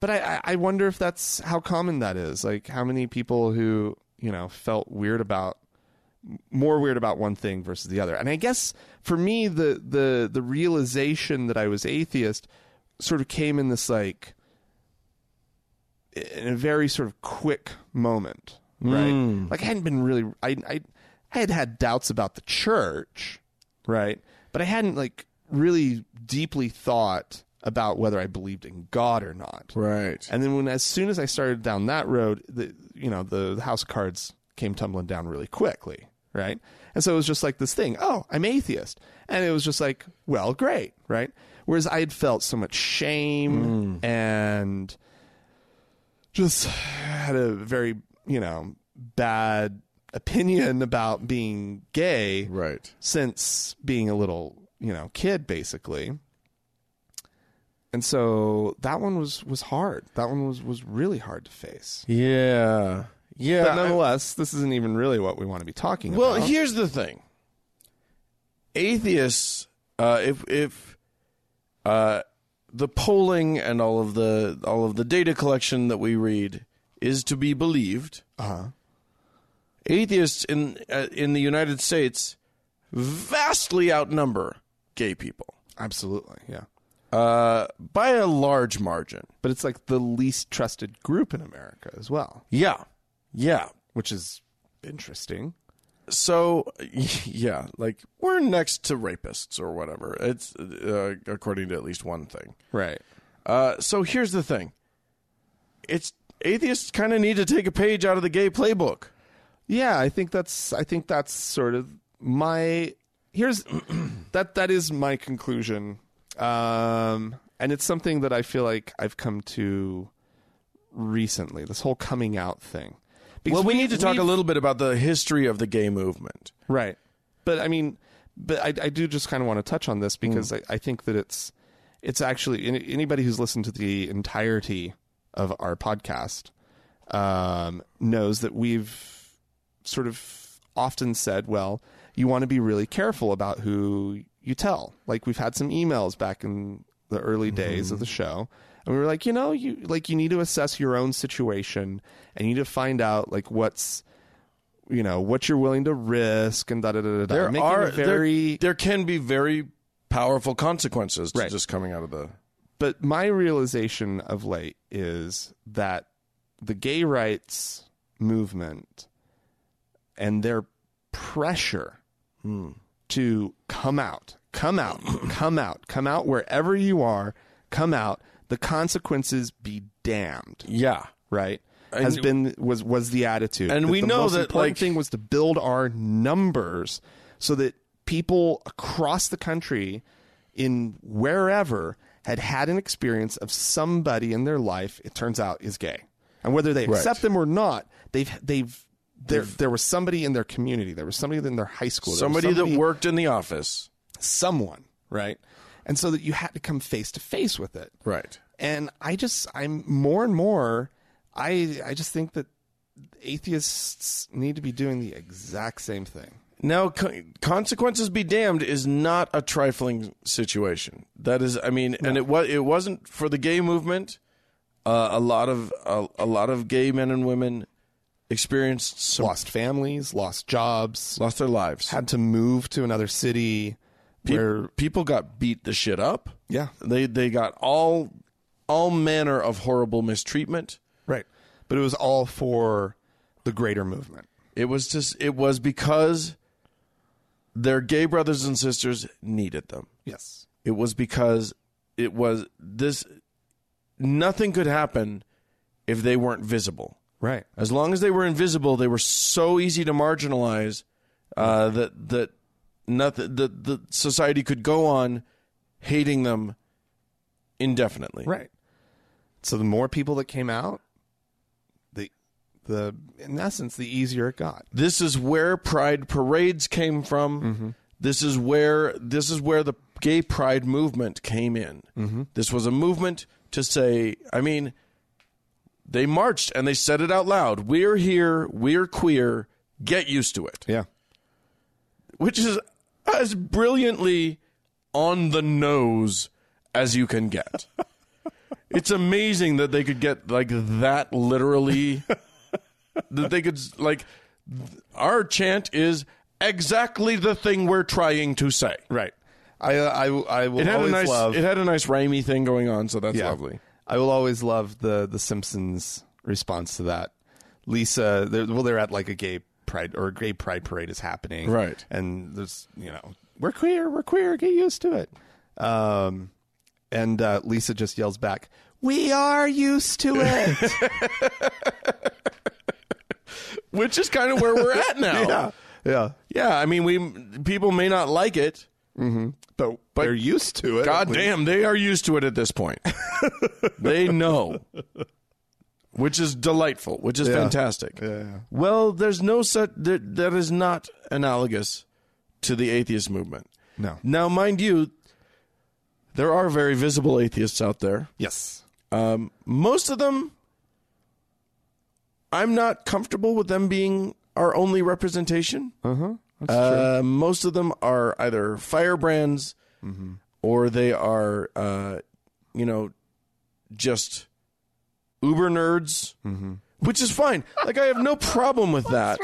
[SPEAKER 1] but I, I- I wonder if that's how common that is. Like how many people who you know felt weird about more weird about one thing versus the other. And I guess for me, the the the realization that I was atheist sort of came in this like in a very sort of quick moment, right? Like I hadn't been really I I I had had doubts about the church, right? But I hadn't like really deeply thought about whether I believed in God or not.
[SPEAKER 2] Right.
[SPEAKER 1] And then when as soon as I started down that road, the you know, the, the house of cards came tumbling down really quickly, right? And so it was just like this thing, oh, I'm atheist. And it was just like, well, great, right? Whereas I had felt so much shame and just had a very, you know, bad opinion about being gay
[SPEAKER 2] Right.
[SPEAKER 1] since being a little you know kid basically and so that one was was hard that one was was really hard to face
[SPEAKER 2] Yeah. Yeah.
[SPEAKER 1] but
[SPEAKER 2] I-
[SPEAKER 1] nonetheless this isn't even really what we want to be talking
[SPEAKER 2] well,
[SPEAKER 1] about
[SPEAKER 2] here's the thing. Atheists, uh, if if uh, the polling and all of the all of the data collection that we read is to be believed,
[SPEAKER 1] uh-huh.
[SPEAKER 2] atheists in uh, in the United States vastly outnumber gay people
[SPEAKER 1] absolutely yeah
[SPEAKER 2] uh, by a large margin.
[SPEAKER 1] but it's like the least trusted group in america as well
[SPEAKER 2] Yeah, yeah.
[SPEAKER 1] which is interesting
[SPEAKER 2] So yeah, like we're next to rapists or whatever. It's uh, according to at least one thing.
[SPEAKER 1] right
[SPEAKER 2] Uh, so here's the thing. It's atheists kind of need to take a page out of the gay playbook.
[SPEAKER 1] Yeah, I think that's I think that's sort of my here's that that is my conclusion. Um and it's something that I feel like I've come to recently, this whole coming out thing. Because
[SPEAKER 2] well, we, need to talk
[SPEAKER 1] we've-
[SPEAKER 2] a little bit about the history of the gay movement.
[SPEAKER 1] Right. But I mean, but I, I do just kind of want to touch on
[SPEAKER 2] Mm.
[SPEAKER 1] this because I, I think that it's it's actually any- anybody who's listened to the entirety of our podcast um, knows that we've sort of often said, well, you want to be really careful about who you tell. Like we've had some emails back in the
[SPEAKER 2] Mm-hmm.
[SPEAKER 1] early days of the show. And we were like, you know, you like you need to assess your own situation and you need to find out like what's you know what you're willing to risk and da da da da. da.
[SPEAKER 2] There
[SPEAKER 1] Making
[SPEAKER 2] are
[SPEAKER 1] a very
[SPEAKER 2] there, there can be very powerful consequences to
[SPEAKER 1] Right.
[SPEAKER 2] just coming out of the
[SPEAKER 1] but my realization of late is that the gay rights movement and their pressure to come out, come out, come out, come out wherever you are, come out. The consequences be damned,
[SPEAKER 2] yeah.
[SPEAKER 1] right? Has
[SPEAKER 2] And-
[SPEAKER 1] been was was the attitude,
[SPEAKER 2] And
[SPEAKER 1] That
[SPEAKER 2] we
[SPEAKER 1] the
[SPEAKER 2] know
[SPEAKER 1] most
[SPEAKER 2] that,
[SPEAKER 1] important
[SPEAKER 2] like-
[SPEAKER 1] thing was to build our numbers so that people across the country in wherever had had an experience of somebody in their life it turns out is gay and whether they accept them or not they've they've there, there was somebody in their community. There was somebody in their high school. there was
[SPEAKER 2] Somebody, that worked in the office,
[SPEAKER 1] someone, right? And so that you had to come face to face with it,
[SPEAKER 2] right?
[SPEAKER 1] and I just I'm more and more I I just think that atheists need to be doing the exact same thing.
[SPEAKER 2] Now, co- consequences be damned is not a trifling situation. That is, I mean, and it was it wasn't for the gay movement. Uh, a lot of a, a lot of gay men and women experienced some,
[SPEAKER 1] Lost families, lost jobs,
[SPEAKER 2] lost their lives.
[SPEAKER 1] had to move to another city
[SPEAKER 2] Pe-
[SPEAKER 1] where
[SPEAKER 2] people got beat the shit up.
[SPEAKER 1] yeah,
[SPEAKER 2] They they got all all manner of horrible mistreatment.
[SPEAKER 1] right. But it was all for the greater movement.
[SPEAKER 2] It was just it was because their gay brothers and sisters needed them.
[SPEAKER 1] Yes.
[SPEAKER 2] it was because it was this nothing could happen if they weren't visible
[SPEAKER 1] Right.
[SPEAKER 2] as long as they were invisible they were so easy to marginalize uh, that that nothing that the society could go on hating them indefinitely
[SPEAKER 1] Right. So the more people that came out, the the in essence the easier it got.
[SPEAKER 2] this is where pride parades came from this is where this is where the gay pride movement came in this was a movement to say i mean they marched and they said it out loud we're here we're queer get used to it
[SPEAKER 1] Yeah.
[SPEAKER 2] which is as brilliantly on the nose as you can get it's amazing that they could get like that literally that they could like th- our chant is exactly the thing we're trying to say
[SPEAKER 1] Right. I I I will
[SPEAKER 2] it had a
[SPEAKER 1] always
[SPEAKER 2] nice
[SPEAKER 1] love
[SPEAKER 2] it had a nice rhymy thing going on so that's
[SPEAKER 1] Yeah.
[SPEAKER 2] lovely
[SPEAKER 1] I will always love the the Simpsons response to that. Lisa, they're, well, they're at like a gay pride or a gay pride parade is happening,
[SPEAKER 2] Right.
[SPEAKER 1] And there's you know we're queer, we're queer, get used to it. Um, and uh, Lisa just yells back, "We are used to it."
[SPEAKER 2] which is kind of where we're at now yeah
[SPEAKER 1] yeah,
[SPEAKER 2] yeah i mean we people may not like it
[SPEAKER 1] but, they're used to it.
[SPEAKER 2] God
[SPEAKER 1] at least.
[SPEAKER 2] damn, they are used to it at this point. they know. Which is delightful, which is fantastic. Well, there's no such that that is not analogous to the atheist movement.
[SPEAKER 1] No.
[SPEAKER 2] Now, mind you, there are very visible atheists out there.
[SPEAKER 1] Yes.
[SPEAKER 2] Most of them, I'm not comfortable with them being our only representation. Uh, most of them are either firebrands or they are, uh, you know, just uber nerds, which is fine. Like, I have no problem with that.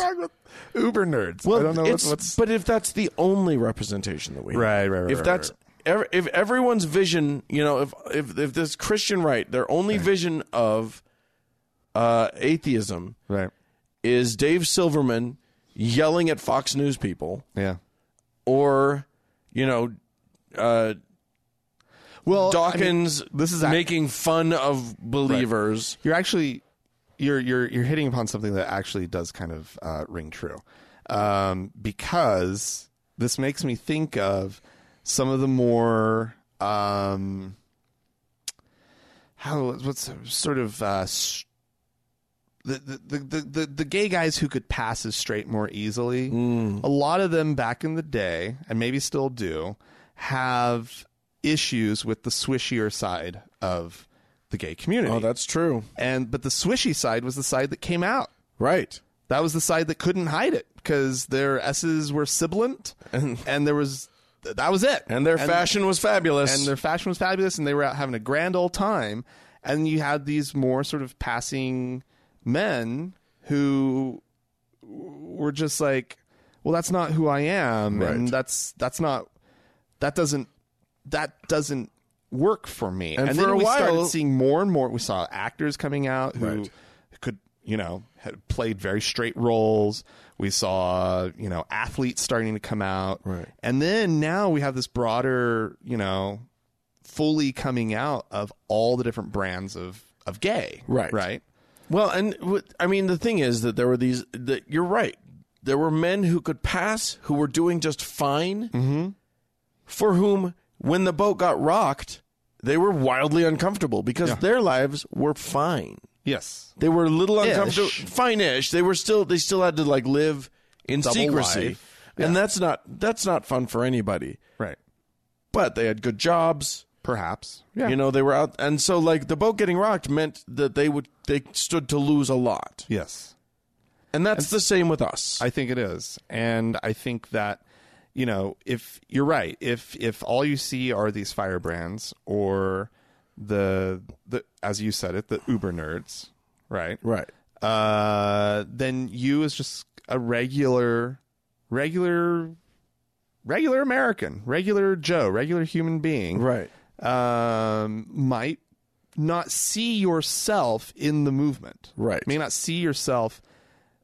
[SPEAKER 1] Uber nerds.
[SPEAKER 2] Well,
[SPEAKER 1] I don't know
[SPEAKER 2] it's,
[SPEAKER 1] what's, what's
[SPEAKER 2] but if that's the only representation that we have,
[SPEAKER 1] Right, right, right,
[SPEAKER 2] If
[SPEAKER 1] right,
[SPEAKER 2] that's ev- if everyone's vision, you know, if if if this Christian right, their only vision of uh, atheism
[SPEAKER 1] right.
[SPEAKER 2] is Dave Silverman yelling at Fox News people,
[SPEAKER 1] Yeah.
[SPEAKER 2] or you know, uh,
[SPEAKER 1] Well, I mean,
[SPEAKER 2] Dawkins
[SPEAKER 1] this is ac-
[SPEAKER 2] making fun of believers.
[SPEAKER 1] you're actually you're you're you're hitting upon something that actually does kind of uh, ring true um, because this makes me think of some of the more um, how what's sort of uh, s- the, the, the, the, the gay guys who could pass as straight more easily, a lot of them back in the day, and maybe still do, have issues with the swishier side of the gay community
[SPEAKER 2] Oh, that's true,
[SPEAKER 1] and but the swishy side was the side that came out.
[SPEAKER 2] right?
[SPEAKER 1] That was the side that couldn't hide it because their S's were sibilant, and, there was that was it.
[SPEAKER 2] And their fashion was fabulous.
[SPEAKER 1] and their fashion was fabulous, and they were out having a grand old time. And you had these more sort of passing men who were just like, "Well, that's not who I am, and
[SPEAKER 2] Right.
[SPEAKER 1] that's that's not that doesn't that doesn't work for me."
[SPEAKER 2] And
[SPEAKER 1] And,
[SPEAKER 2] for
[SPEAKER 1] then
[SPEAKER 2] a
[SPEAKER 1] we
[SPEAKER 2] while-
[SPEAKER 1] started seeing more and more. We saw actors coming out who
[SPEAKER 2] Right.
[SPEAKER 1] could, you know, had played very straight roles. We saw, you know, athletes starting to come out,
[SPEAKER 2] Right.
[SPEAKER 1] And then now we have this broader, you know, fully coming out of all the different brands of of gay,
[SPEAKER 2] Right.
[SPEAKER 1] Right.
[SPEAKER 2] Well, and w- I mean, the thing is that there were these. That you're right. There were men who could pass, who were doing just fine,
[SPEAKER 1] Mm-hmm.
[SPEAKER 2] for whom, when the boat got rocked, they were wildly uncomfortable because their lives were fine.
[SPEAKER 1] Yes.
[SPEAKER 2] They were a little uncomfortable,
[SPEAKER 1] Ish.
[SPEAKER 2] fine-ish. They were still. They still had to like live in
[SPEAKER 1] Double
[SPEAKER 2] secrecy,
[SPEAKER 1] life.
[SPEAKER 2] and that's not that's not fun for anybody.
[SPEAKER 1] Right.
[SPEAKER 2] But they had good jobs.
[SPEAKER 1] Perhaps. Yeah.
[SPEAKER 2] You know, they were out, and so like the boat getting rocked meant that they would they stood to lose a lot.
[SPEAKER 1] yes.
[SPEAKER 2] And that's the same with us.
[SPEAKER 1] I think it is, and I think that you know if you're right, if if all you see are these firebrands or the the as you said it, the Uber nerds, right?
[SPEAKER 2] right.
[SPEAKER 1] Uh, then you is just a regular, regular, regular American, regular Joe, regular human being,
[SPEAKER 2] Right.
[SPEAKER 1] um, might not see yourself in the movement.
[SPEAKER 2] Right.
[SPEAKER 1] May not see yourself.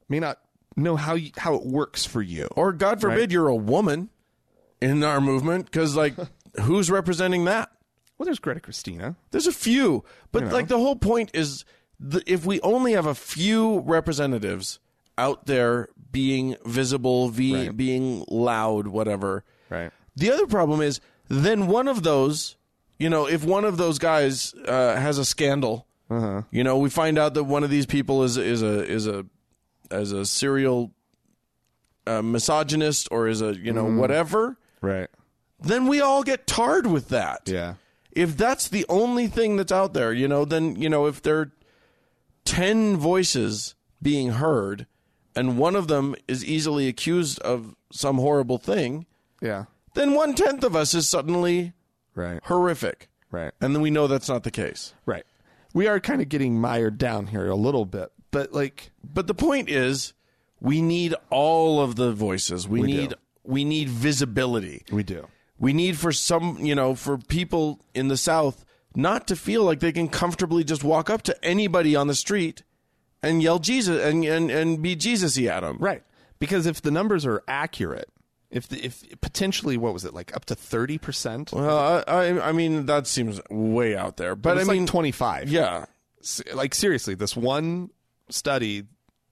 [SPEAKER 1] May not know how you, how it works for you.
[SPEAKER 2] Or God forbid you're a woman in our movement cuz like who's representing that?
[SPEAKER 1] well, there's Greta Christina.
[SPEAKER 2] There's a few, but like the whole point is the, if we only have a few representatives out there being visible, v, being loud, whatever.
[SPEAKER 1] Right.
[SPEAKER 2] The other problem is then one of those, you know, if one of those guys uh, has a scandal, you know, we find out that one of these people is is a is a as a serial uh, misogynist or is a you know whatever,
[SPEAKER 1] Right.
[SPEAKER 2] then we all get tarred with that.
[SPEAKER 1] Yeah.
[SPEAKER 2] If that's the only thing that's out there, you know, then you know if there are ten voices being heard, and one of them is easily accused of some horrible thing,
[SPEAKER 1] Yeah.
[SPEAKER 2] then one tenth of us is suddenly
[SPEAKER 1] Right.
[SPEAKER 2] horrific.
[SPEAKER 1] Right.
[SPEAKER 2] And then we know that's not the case.
[SPEAKER 1] Right. We are kind of getting mired down here a little bit, but like,
[SPEAKER 2] But the point is, we need all of the voices. We,
[SPEAKER 1] do.
[SPEAKER 2] need we need visibility.
[SPEAKER 1] We do.
[SPEAKER 2] We need for some, you know, for people in the South not to feel like they can comfortably just walk up to anybody on the street and yell Jesus and and, and be Jesusy at them.
[SPEAKER 1] right, because if the numbers are accurate, if the, if potentially what was it like up to thirty percent, but
[SPEAKER 2] Well, I, I I mean that seems way out there, but I
[SPEAKER 1] it's
[SPEAKER 2] mean
[SPEAKER 1] like twenty five.
[SPEAKER 2] yeah,
[SPEAKER 1] S- like seriously, this one study.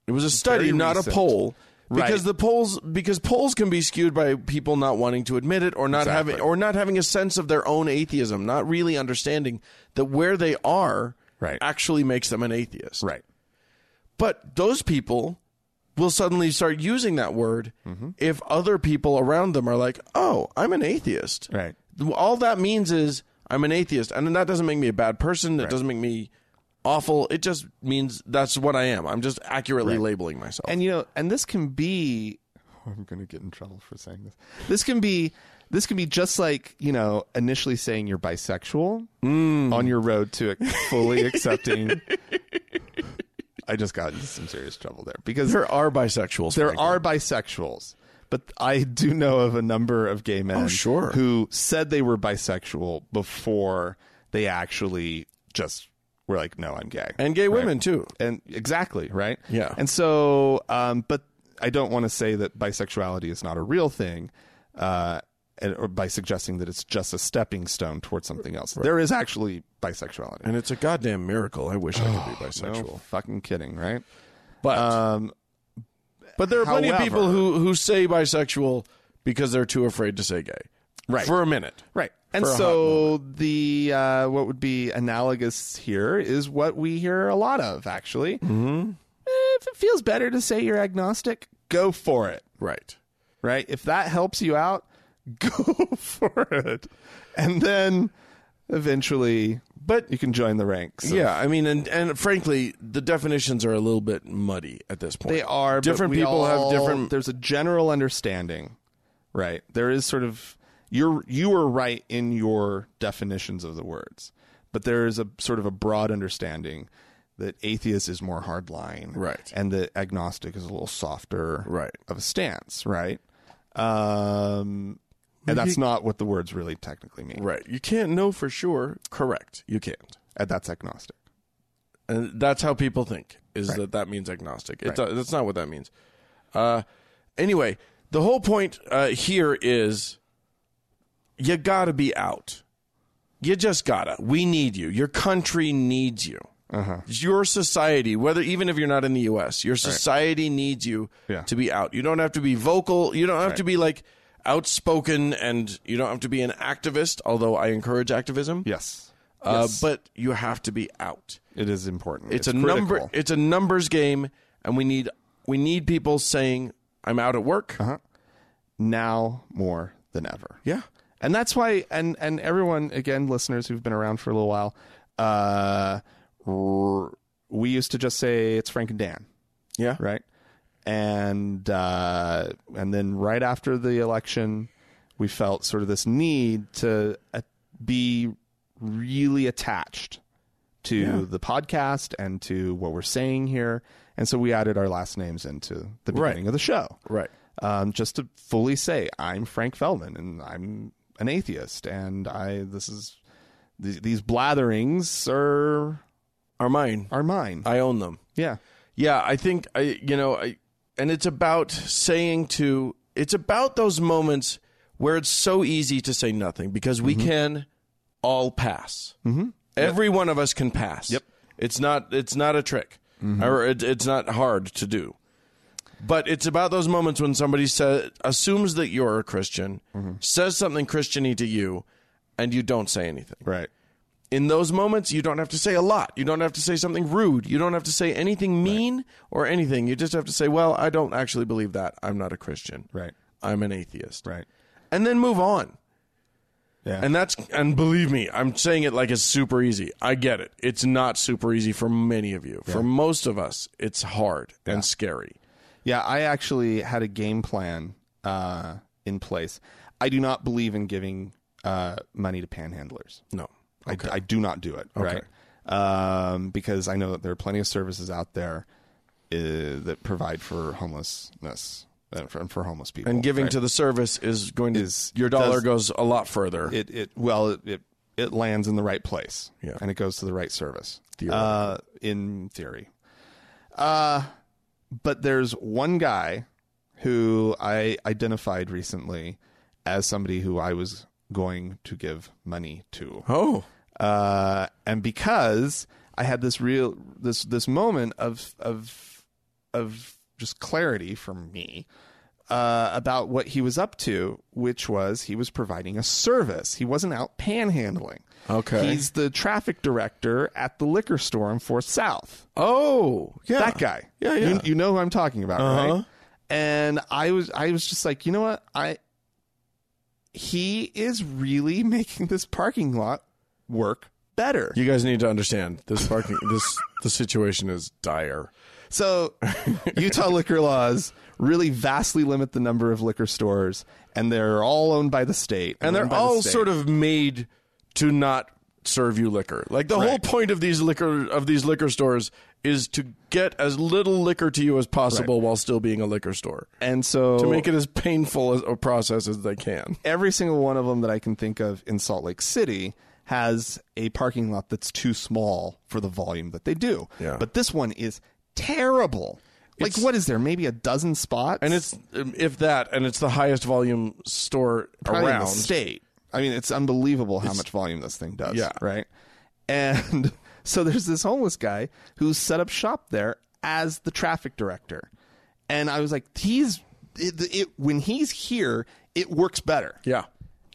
[SPEAKER 2] It was a study,
[SPEAKER 1] Very
[SPEAKER 2] not a
[SPEAKER 1] recent.
[SPEAKER 2] poll.
[SPEAKER 1] Right.
[SPEAKER 2] Because the polls because polls can be skewed by people not wanting to admit it or not
[SPEAKER 1] Exactly.
[SPEAKER 2] having or not having a sense of their own atheism, not really understanding that where they are
[SPEAKER 1] Right.
[SPEAKER 2] actually makes them an atheist.
[SPEAKER 1] Right.
[SPEAKER 2] But those people will suddenly start using that word
[SPEAKER 1] Mm-hmm.
[SPEAKER 2] if other people around them are like, "Oh, I'm an atheist."
[SPEAKER 1] Right.
[SPEAKER 2] All that means is I'm an atheist, and that doesn't make me a bad person. It doesn't make me awful. It just means that's what I am. I'm just accurately labeling myself.
[SPEAKER 1] and you know and this can be i'm gonna get in trouble for saying this this can be this can be just like you know initially saying you're bisexual on your road to fully accepting i just got into some serious trouble there because
[SPEAKER 2] there are bisexuals.
[SPEAKER 1] there
[SPEAKER 2] frankly.
[SPEAKER 1] are bisexuals but i do know of a number of gay men
[SPEAKER 2] sure.
[SPEAKER 1] who said they were bisexual before they actually just were like no i'm gay
[SPEAKER 2] and gay women too.
[SPEAKER 1] and exactly right
[SPEAKER 2] Yeah.
[SPEAKER 1] and so um but i don't want to say that bisexuality is not a real thing uh and, or by suggesting that it's just a stepping stone towards something else there is actually bisexuality
[SPEAKER 2] And it's a goddamn miracle. I wish I could be bisexual.
[SPEAKER 1] no fucking kidding right
[SPEAKER 2] But
[SPEAKER 1] um
[SPEAKER 2] but there are plenty of people
[SPEAKER 1] however-
[SPEAKER 2] who who say bisexual because they're too afraid to say gay.
[SPEAKER 1] Right.
[SPEAKER 2] For a minute.
[SPEAKER 1] right and
[SPEAKER 2] For a hot
[SPEAKER 1] so the uh what would be analogous here is what we hear a lot of actually mm-hmm. if it feels better to say you're agnostic go for it
[SPEAKER 2] Right.
[SPEAKER 1] right? If that helps you out, go for it. And then eventually
[SPEAKER 2] But
[SPEAKER 1] you can join the ranks. of-
[SPEAKER 2] yeah, I mean and and frankly, the definitions are a little bit muddy at this point.
[SPEAKER 1] They are but
[SPEAKER 2] different
[SPEAKER 1] we
[SPEAKER 2] people
[SPEAKER 1] all-
[SPEAKER 2] have different
[SPEAKER 1] There's a general understanding, right? There is sort of you're you were right in your definitions of the words, but there is a sort of a broad understanding that atheist is more hardline,
[SPEAKER 2] Right.
[SPEAKER 1] and that agnostic is a little softer,
[SPEAKER 2] Right.
[SPEAKER 1] of a stance, right? Um, and that's not what the words really technically mean.
[SPEAKER 2] Right. You can't know for sure. Correct. You can't.
[SPEAKER 1] And that's agnostic.
[SPEAKER 2] And that's how people think is that that means agnostic. It do- that's not what that means. Uh, anyway, the whole point uh, here is you got to be out. You just gotta. We need you. Your country needs you.
[SPEAKER 1] Uh-huh.
[SPEAKER 2] Your society, whether even if you're not in the U.S., your society needs you
[SPEAKER 1] Yeah.
[SPEAKER 2] to be out. You don't have to be vocal. You don't have to be like outspoken, and you don't have to be an activist. Although I encourage activism.
[SPEAKER 1] Yes,
[SPEAKER 2] Uh, But you have to be out
[SPEAKER 1] it is important.
[SPEAKER 2] it's, a
[SPEAKER 1] critical.
[SPEAKER 2] number it's a numbers game and we need we need people saying i'm out at work
[SPEAKER 1] now more than ever.
[SPEAKER 2] yeah
[SPEAKER 1] and that's why and and everyone again listeners who've been around for a little while uh r- we used to just say it's frank and dan
[SPEAKER 2] yeah
[SPEAKER 1] right and uh and then right after the election we felt sort of this need to uh, be really attached to the podcast and to what we're saying here and so we added our last names into the
[SPEAKER 2] Right.
[SPEAKER 1] beginning of the show
[SPEAKER 2] right
[SPEAKER 1] um, just to fully say I'm Frank Feldman and I'm an atheist and I this is th- these blatherings are
[SPEAKER 2] are mine
[SPEAKER 1] are mine.
[SPEAKER 2] i own them
[SPEAKER 1] yeah,
[SPEAKER 2] yeah i think i you know i and it's about saying to it's about those moments where it's so easy to say nothing because we can all pass mm-hmm. every one of us can pass yep Mm-hmm. it's not it's not a trick or it, it's not hard to do But it's about those moments when somebody says assumes that you're a Christian, says something Christiany to you, and you don't say anything.
[SPEAKER 1] right.
[SPEAKER 2] In those moments, you don't have to say a lot. You don't have to say something rude. You don't have to say anything mean or anything. You just have to say, "Well, I don't actually believe that. I'm not a Christian.
[SPEAKER 1] Right.
[SPEAKER 2] I'm an atheist."
[SPEAKER 1] Right.
[SPEAKER 2] And then move on.
[SPEAKER 1] Yeah.
[SPEAKER 2] And that's and believe me, I'm saying it like it's super easy. I get it. It's not super easy for many of you. For most of us, it's hard and scary.
[SPEAKER 1] Yeah, I actually had a game plan uh, in place. I do not believe in giving uh, money to panhandlers.
[SPEAKER 2] No.
[SPEAKER 1] I- I, do not do it, right? Um, because I know that there are plenty of services out there uh, that provide for homelessness and for, and for homeless people.
[SPEAKER 2] and giving
[SPEAKER 1] right?
[SPEAKER 2] to the service is going to
[SPEAKER 1] Is-
[SPEAKER 2] your dollar
[SPEAKER 1] does-
[SPEAKER 2] goes a lot further.
[SPEAKER 1] it it well it it, it lands in the right place
[SPEAKER 2] Yeah.
[SPEAKER 1] and it goes to the right service uh, in theory uh but there's one guy who i identified recently as somebody who i was going to give money to
[SPEAKER 2] oh,
[SPEAKER 1] uh and because i had this real this this moment of of of just clarity for me uh, about what he was up to, which was he was providing a service. He wasn't out panhandling.
[SPEAKER 2] Okay.
[SPEAKER 1] He's the traffic director at the liquor store in Fourth South.
[SPEAKER 2] Oh, yeah.
[SPEAKER 1] That guy.
[SPEAKER 2] Yeah,
[SPEAKER 1] You-
[SPEAKER 2] yeah. Uh-huh.
[SPEAKER 1] You, know who I'm talking about, right? And I was I was just like, you know what? I he is really making this parking lot work better.
[SPEAKER 2] You guys need to understand this parking this the situation is dire.
[SPEAKER 1] So, Utah liquor laws really vastly limit the number of liquor stores, and they're all owned by the state.
[SPEAKER 2] And they're all sort of made to not serve you liquor. Like the whole point of these liquor of these liquor stores is to get as little liquor to you as possible while still being a liquor store.
[SPEAKER 1] and so
[SPEAKER 2] To make it as painful as, a process as they can.
[SPEAKER 1] every single one of them that I can think of in Salt Lake City has a parking lot that's too small for the volume that they do.
[SPEAKER 2] Yeah.
[SPEAKER 1] But this one is terrible. Like, what is there? Maybe a dozen spots,
[SPEAKER 2] And it's um, if that and it's the highest volume store
[SPEAKER 1] Probably in
[SPEAKER 2] around.
[SPEAKER 1] the state. I mean, it's unbelievable how much volume this thing does.
[SPEAKER 2] Yeah.
[SPEAKER 1] right. And so there's this homeless guy who's set up shop there as the traffic director, and I was like, he's it, it, when he's here, it works better.
[SPEAKER 2] Yeah.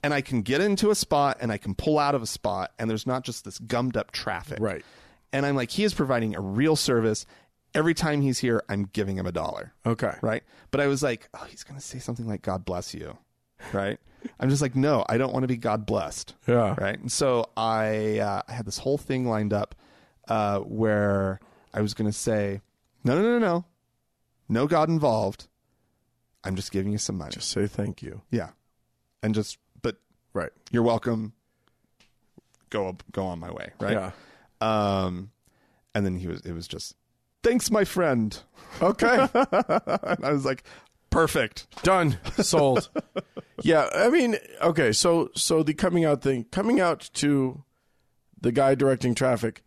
[SPEAKER 1] and I can get into a spot and I can pull out of a spot and there's not just this gummed up traffic.
[SPEAKER 2] Right.
[SPEAKER 1] And I'm like, he is providing a real service. Every time he's here, I'm giving him a dollar.
[SPEAKER 2] Okay.
[SPEAKER 1] Right. But I was like, oh, he's going to say something like, God bless you. Right. I'm just like, no, I don't want to be God blessed.
[SPEAKER 2] Yeah.
[SPEAKER 1] Right. And so I, uh, I had this whole thing lined up uh, where I was going to say, no, no, no, no, no. No God involved. I'm just giving you some money.
[SPEAKER 2] Say thank you.
[SPEAKER 1] yeah. And just, but
[SPEAKER 2] Right.
[SPEAKER 1] you're welcome. Go go on my way, right?
[SPEAKER 2] Yeah.
[SPEAKER 1] Um, and then he was. It was just, thanks, my friend.
[SPEAKER 2] Okay.
[SPEAKER 1] And I was like, perfect.
[SPEAKER 2] done sold yeah i mean okay so so the coming out thing coming out to the guy directing traffic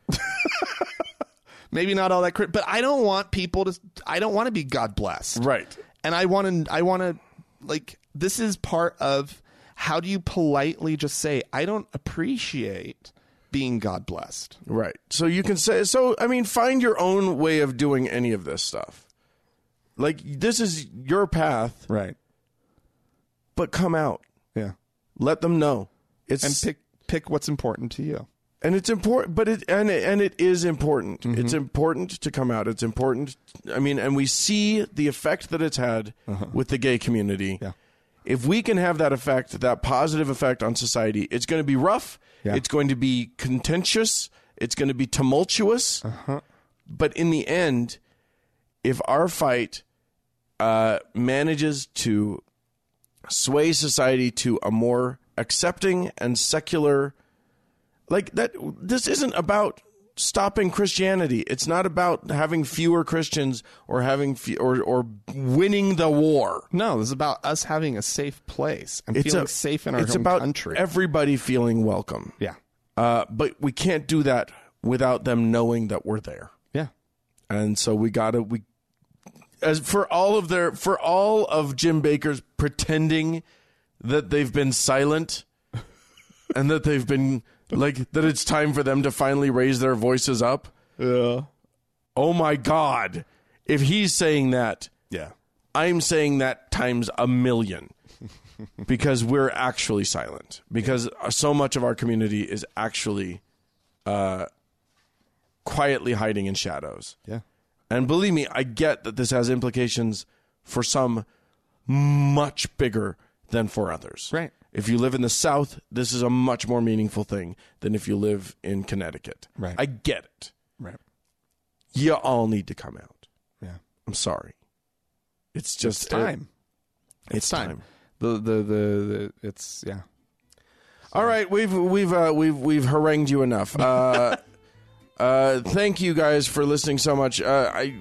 [SPEAKER 1] Maybe not all that, crit- but I don't want people to. I don't want to be God blessed,
[SPEAKER 2] right
[SPEAKER 1] And I want to. I want to. Like this is part of how do you politely just say I don't appreciate being God blessed.
[SPEAKER 2] right so you can say so i mean find your own way of doing any of this stuff like this is your path
[SPEAKER 1] Right.
[SPEAKER 2] but come out
[SPEAKER 1] Yeah.
[SPEAKER 2] let them know it's
[SPEAKER 1] And pick pick what's important to you.
[SPEAKER 2] and it's important but it and it, and it is important
[SPEAKER 1] Mm-hmm.
[SPEAKER 2] it's important to come out it's important i mean and we see the effect that it's had with the gay community
[SPEAKER 1] Uh-huh. Yeah.
[SPEAKER 2] if we can have that effect that positive effect on society it's going to be rough
[SPEAKER 1] Yeah.
[SPEAKER 2] it's going to be contentious it's going to be tumultuous
[SPEAKER 1] Uh-huh.
[SPEAKER 2] but in the end if our fight uh, manages to sway society to a more accepting and secular like that this isn't about stopping christianity it's not about having fewer christians or having fe- or or winning the war
[SPEAKER 1] No, this is about us having a safe place and
[SPEAKER 2] it's
[SPEAKER 1] feeling
[SPEAKER 2] a-
[SPEAKER 1] safe in our
[SPEAKER 2] it's
[SPEAKER 1] home
[SPEAKER 2] about
[SPEAKER 1] country.
[SPEAKER 2] everybody feeling welcome
[SPEAKER 1] yeah.
[SPEAKER 2] uh, but we can't do that without them knowing that we're there
[SPEAKER 1] Yeah.
[SPEAKER 2] and so we gotta we as for all of their for all of jim baker's pretending that they've been silent and that they've been like that it's time for them to finally raise their voices up
[SPEAKER 1] Yeah.
[SPEAKER 2] oh my god if he's saying that
[SPEAKER 1] Yeah.
[SPEAKER 2] i'm saying that times a million because we're actually silent because so much of our community is actually uh quietly hiding in shadows
[SPEAKER 1] Yeah.
[SPEAKER 2] and believe me, I get that this has implications for some much bigger than for others.
[SPEAKER 1] Right.
[SPEAKER 2] If you live in the South, this is a much more meaningful thing than if you live in Connecticut.
[SPEAKER 1] Right.
[SPEAKER 2] I get it.
[SPEAKER 1] Right.
[SPEAKER 2] You all need to come out.
[SPEAKER 1] Yeah.
[SPEAKER 2] I'm sorry. It's just
[SPEAKER 1] It's time.
[SPEAKER 2] it's, time.
[SPEAKER 1] The, the the the it's yeah.
[SPEAKER 2] All right, we've we've uh, we've we've harangued you enough. Uh, uh, thank you guys for listening so much. Uh, I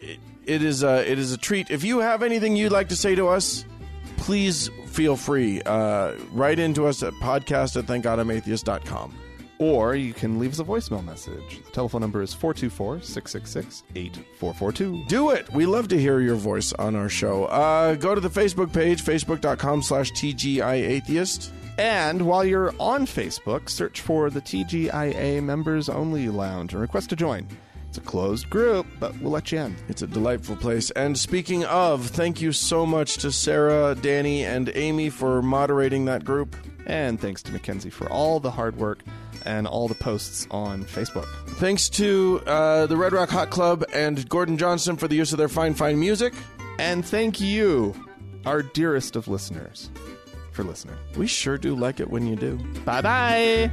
[SPEAKER 2] it, it is a, it is a treat. If you have anything you'd like to say to us, please feel free. Uh, write into us at podcast at thankgodimatheist.com.
[SPEAKER 1] Or you can leave us a voicemail message. The telephone number is 424-666-8442.
[SPEAKER 2] Do it. We love to hear your voice on our show. Uh, go to the Facebook page, facebook.com slash TGI Atheist.
[SPEAKER 1] And while you're on Facebook, search for the TGIA Members Only Lounge and request to join. It's a closed group, but we'll let you in.
[SPEAKER 2] It's a delightful place. And speaking of, thank you so much to Sarah, Danny, and Amy for moderating that group.
[SPEAKER 1] And thanks to Mackenzie for all the hard work and all the posts on Facebook.
[SPEAKER 2] Thanks to uh, the Red Rock Hot Club and Gordon Johnson for the use of their fine, fine music.
[SPEAKER 1] And thank you, our dearest of listeners, for listening.
[SPEAKER 2] We sure do like it when you do.
[SPEAKER 1] Bye bye.